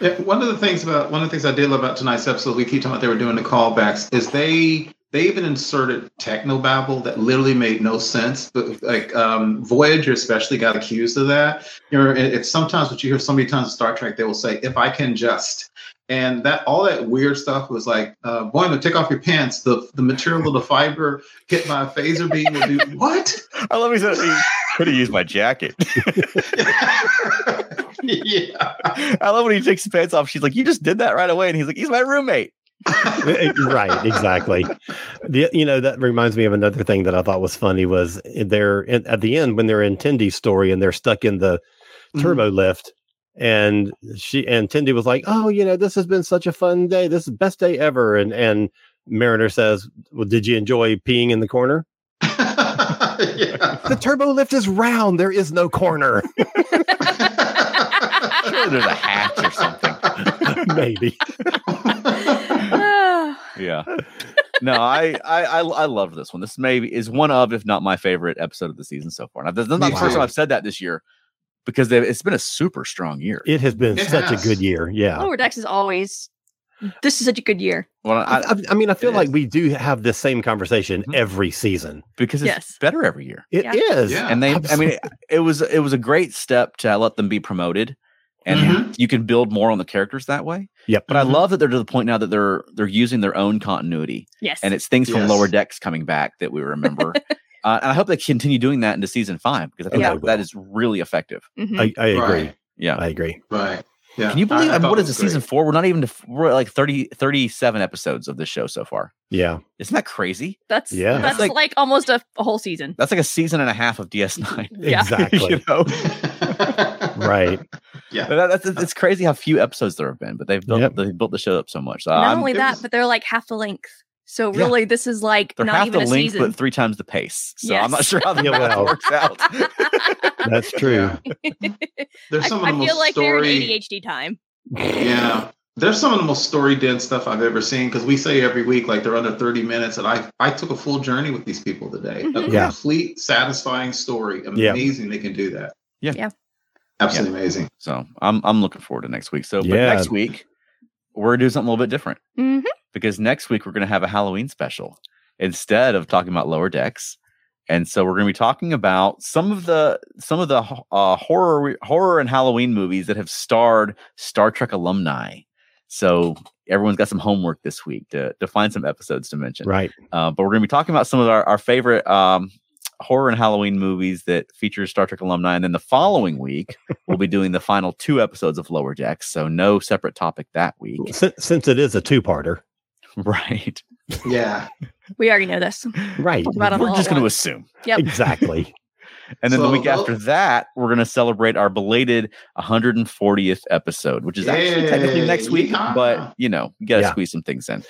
[SPEAKER 2] Yeah, one of the things about one of the things I did love about tonight's episode, we keep talking about they were doing the callbacks, is they they even inserted techno babble that literally made no sense. But like um, Voyager especially got accused of that. You know, it- it's sometimes what you hear so many times in Star Trek, they will say, "If I can just." And that all that weird stuff was like, uh, Boyman, take off your pants. The the material of the fiber hit my phaser beam. Would be what?
[SPEAKER 1] I love he said he could have used my jacket.
[SPEAKER 2] yeah.
[SPEAKER 1] I love when he takes his pants off. She's like, You just did that right away. And he's like, He's my roommate.
[SPEAKER 3] Eh, eh, right exactly the, you know that reminds me of another thing that i thought was funny was they're in, at the end when they're in tindy's story and they're stuck in the turbo lift and she and tindy was like oh you know this has been such a fun day this is the best day ever and and mariner says well did you enjoy peeing in the corner
[SPEAKER 2] yeah.
[SPEAKER 3] the turbo lift is round there is no corner
[SPEAKER 1] Sure, there's a hatch or something.
[SPEAKER 3] maybe
[SPEAKER 4] Ah,
[SPEAKER 1] yeah no I, I i i love this one this maybe is one of if not my favorite episode of the season so far now this is not the
[SPEAKER 2] Me
[SPEAKER 1] first
[SPEAKER 2] too.
[SPEAKER 1] time i've said that this year because they- it's been a super strong year
[SPEAKER 3] it has been
[SPEAKER 2] It
[SPEAKER 3] such
[SPEAKER 2] has.
[SPEAKER 3] a good year yeah
[SPEAKER 4] Lower Decks is always. This is such a good year.
[SPEAKER 1] well,
[SPEAKER 3] I,
[SPEAKER 1] I,
[SPEAKER 3] I, I mean i feel
[SPEAKER 2] it
[SPEAKER 3] like
[SPEAKER 2] is.
[SPEAKER 3] we do have this same conversation
[SPEAKER 1] Mhm.
[SPEAKER 3] every season
[SPEAKER 1] because it's
[SPEAKER 4] Yes.
[SPEAKER 1] better every year
[SPEAKER 3] It
[SPEAKER 4] Yeah.
[SPEAKER 3] is.
[SPEAKER 2] Yeah.
[SPEAKER 1] and they i mean it, it was it was a great step to let them be promoted and
[SPEAKER 2] Mhm.
[SPEAKER 1] you can build more on the characters that way
[SPEAKER 3] Yep.
[SPEAKER 1] but
[SPEAKER 2] Mm-hmm.
[SPEAKER 1] i love that they're to the point now that they're they're using their own continuity
[SPEAKER 4] Yes.
[SPEAKER 1] and it's things from
[SPEAKER 2] Yes.
[SPEAKER 1] lower decks coming back that we remember uh, and i hope they continue doing that into season five because i think
[SPEAKER 3] Yeah.
[SPEAKER 1] that, that is really effective
[SPEAKER 4] Mhm.
[SPEAKER 3] I, I agree.
[SPEAKER 2] Right.
[SPEAKER 1] yeah
[SPEAKER 3] I agree.
[SPEAKER 2] Right. Yeah.
[SPEAKER 1] Can you believe? I, mean,
[SPEAKER 2] thought
[SPEAKER 1] what is it,
[SPEAKER 2] was
[SPEAKER 1] season
[SPEAKER 2] great.
[SPEAKER 1] four? We're not even. We're at like 30, 37 episodes of this show so far.
[SPEAKER 3] Yeah.
[SPEAKER 1] Isn't that crazy?
[SPEAKER 4] that's
[SPEAKER 3] yeah.
[SPEAKER 4] yeah. That's
[SPEAKER 1] That's like-
[SPEAKER 4] like, almost a, a whole season.
[SPEAKER 1] That's like a season and a half of DS9.
[SPEAKER 4] Yeah.
[SPEAKER 1] you
[SPEAKER 3] Exactly.
[SPEAKER 1] know,
[SPEAKER 3] right.
[SPEAKER 2] Yeah.
[SPEAKER 1] That- that's, it's crazy how few episodes there have been, but they've built
[SPEAKER 3] Yep.
[SPEAKER 1] they built the show up so much. So
[SPEAKER 4] not
[SPEAKER 1] I'm-
[SPEAKER 4] only
[SPEAKER 2] it
[SPEAKER 4] that,
[SPEAKER 2] was-
[SPEAKER 4] but they're like half the length. So
[SPEAKER 1] Yeah.
[SPEAKER 4] really, this is like
[SPEAKER 1] they're
[SPEAKER 4] not
[SPEAKER 1] half
[SPEAKER 4] even
[SPEAKER 1] the
[SPEAKER 4] a
[SPEAKER 1] length,
[SPEAKER 4] season.
[SPEAKER 1] but three times the pace. So I'm not
[SPEAKER 4] Yes.
[SPEAKER 1] sure how the
[SPEAKER 3] Yeah,
[SPEAKER 1] math
[SPEAKER 3] wow.
[SPEAKER 1] works out.
[SPEAKER 3] That's true.
[SPEAKER 2] Yeah.
[SPEAKER 4] I,
[SPEAKER 2] There's some of
[SPEAKER 4] I
[SPEAKER 2] the most
[SPEAKER 4] feel like they're in
[SPEAKER 2] story.
[SPEAKER 4] ADHD time.
[SPEAKER 2] Yeah. There's some of the most story dense stuff I've ever seen because we say every week like they're under 30 minutes, and I I took a full journey with these people today. A
[SPEAKER 4] Mhm.
[SPEAKER 3] Yeah.
[SPEAKER 2] complete satisfying story.
[SPEAKER 3] Yeah.
[SPEAKER 2] Amazing they can do that.
[SPEAKER 1] Yeah.
[SPEAKER 4] Yeah.
[SPEAKER 2] Absolutely amazing.
[SPEAKER 1] So I'm I'm looking forward to next week. So but
[SPEAKER 3] Yeah.
[SPEAKER 1] next week we're gonna do something a little bit different
[SPEAKER 4] hmm
[SPEAKER 1] because next week we're gonna have a Halloween special instead of talking about lower decks. And so we're going to be talking about some of the some of the ho- uh, horror horror and Halloween movies that have starred Star Trek alumni. So everyone's got some homework this week to to find some episodes to mention.
[SPEAKER 3] Right.
[SPEAKER 1] Uh, but we're going to be talking about some of our, our favorite um, horror and Halloween movies that feature Star Trek alumni. And then the following week, we'll be doing the final two episodes of Lower Decks. So no separate topic that week.
[SPEAKER 3] Since, since it is a two-parter.
[SPEAKER 1] Right.
[SPEAKER 2] Yeah.
[SPEAKER 4] We already know this.
[SPEAKER 3] Right.
[SPEAKER 4] Right on.
[SPEAKER 1] We're
[SPEAKER 4] all
[SPEAKER 1] just
[SPEAKER 4] at
[SPEAKER 1] going to
[SPEAKER 4] once.
[SPEAKER 1] assume.
[SPEAKER 4] Yep.
[SPEAKER 3] Exactly.
[SPEAKER 1] And then the
[SPEAKER 2] So
[SPEAKER 1] week
[SPEAKER 2] tho-
[SPEAKER 1] after that, we're going to celebrate our belated 140th episode, which is actually technically next week.
[SPEAKER 2] Yay.
[SPEAKER 1] But, you know, you got to
[SPEAKER 3] Yeah.
[SPEAKER 1] squeeze some things in.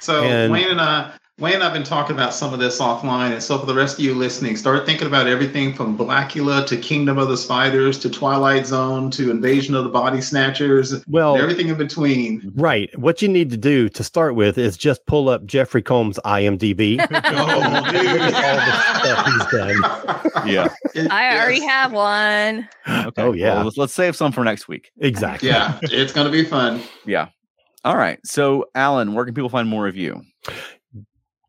[SPEAKER 2] So
[SPEAKER 3] And-
[SPEAKER 2] Wayne and I, Wayne and I've been talking about some of this offline, and so for the rest of you listening, start thinking about everything from Blackula to Kingdom of the Spiders to Twilight Zone to Invasion of the Body Snatchers, and
[SPEAKER 3] Well,
[SPEAKER 2] everything in between.
[SPEAKER 3] right. What you need to do to start with is just pull up Jeffrey Combs' IMDb.
[SPEAKER 2] Oh, dude.
[SPEAKER 3] All the stuff he's done.
[SPEAKER 1] Yeah.
[SPEAKER 2] It-
[SPEAKER 4] I already
[SPEAKER 2] yes.
[SPEAKER 4] have one.
[SPEAKER 1] Okay.
[SPEAKER 3] Oh, yeah.
[SPEAKER 1] Well, let's, let's save some for next week.
[SPEAKER 3] Exactly.
[SPEAKER 2] Yeah, it's gonna be fun.
[SPEAKER 1] Yeah. All right. So, Alan, where can people find more of you?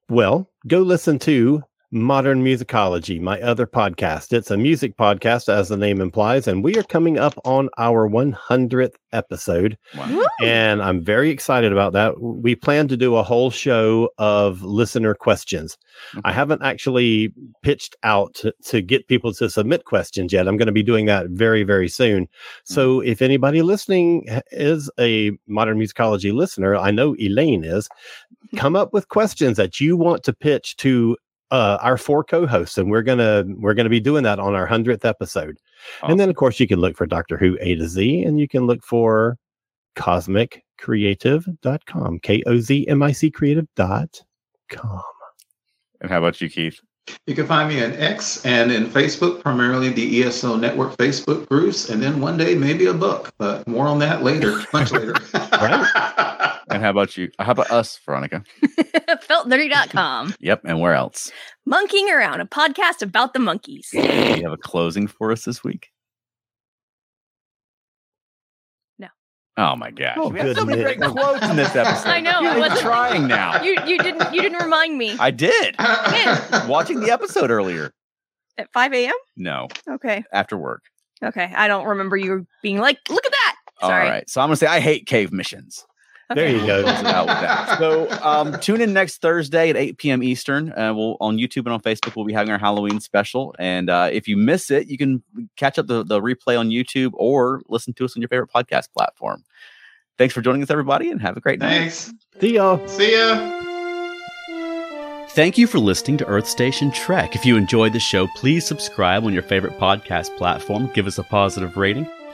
[SPEAKER 3] Well, go listen to Modern Musicology, my other podcast. It's a music podcast, as the name implies, and we are coming up on our 100th episode.
[SPEAKER 1] Wow.
[SPEAKER 4] Woo!
[SPEAKER 3] and I'm very excited about that. We plan to do a whole show of listener questions. I haven't actually pitched out to, to get people to submit questions yet. I'm going to be doing that very, very soon. So if anybody listening h- is a modern musicology listener, I know Elaine is, come up with questions that you want to pitch to uh, our four co-hosts and we're gonna we're gonna be doing that on our 100th episode and then of course you can look for doctor who a to z and you can look for cosmic creative.com. K O Z M I C creative.com.
[SPEAKER 1] And how about you, Keith?
[SPEAKER 2] You can find me on X and in Facebook, primarily the ESO Network Facebook groups, and then one day maybe a book. But more on that later, much later.
[SPEAKER 1] And how about you? How about us, Veronica?
[SPEAKER 4] Feltnerdy.com.
[SPEAKER 1] Yep. And where else?
[SPEAKER 4] Monkeying Around, a podcast about the monkeys.
[SPEAKER 1] Do you have a closing for us this week?
[SPEAKER 4] No.
[SPEAKER 1] Oh my gosh.
[SPEAKER 3] Oh,
[SPEAKER 1] we have so
[SPEAKER 3] good
[SPEAKER 1] many great
[SPEAKER 3] Lord.
[SPEAKER 1] quotes in this episode.
[SPEAKER 4] I know,
[SPEAKER 1] You're
[SPEAKER 4] it wasn't-
[SPEAKER 1] trying now.
[SPEAKER 4] You you didn't you didn't remind me
[SPEAKER 1] I did. Watching the
[SPEAKER 2] episode.
[SPEAKER 1] episode earlier.
[SPEAKER 4] at 5 a.m.
[SPEAKER 1] No,
[SPEAKER 4] Okay.
[SPEAKER 1] after work.
[SPEAKER 4] Okay. I don't remember you being like, look at that. Sorry.
[SPEAKER 1] All right. So I'm going to say I hate cave missions.
[SPEAKER 3] There
[SPEAKER 4] Okay.
[SPEAKER 3] you go.
[SPEAKER 1] close it out with that. So um, tune in next Thursday at 8 p.m. Eastern. Uh, we'll on YouTube and on Facebook. We'll be having our Halloween special, and uh, if you miss it, you can catch up the, the replay on YouTube or listen to us on your favorite podcast platform. Thanks for joining us, everybody, and have a great night.
[SPEAKER 2] Thanks.
[SPEAKER 3] See y'all.
[SPEAKER 2] See ya.
[SPEAKER 1] Thank you for listening to Earth Station Trek. If you enjoyed the show, please subscribe on your favorite podcast platform. Give us a positive rating.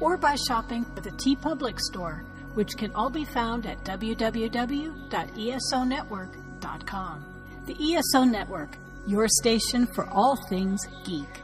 [SPEAKER 7] or by shopping at the T Public store, which can all be found at E www.esonetwork.com. The ESO Network, your station for all things geek.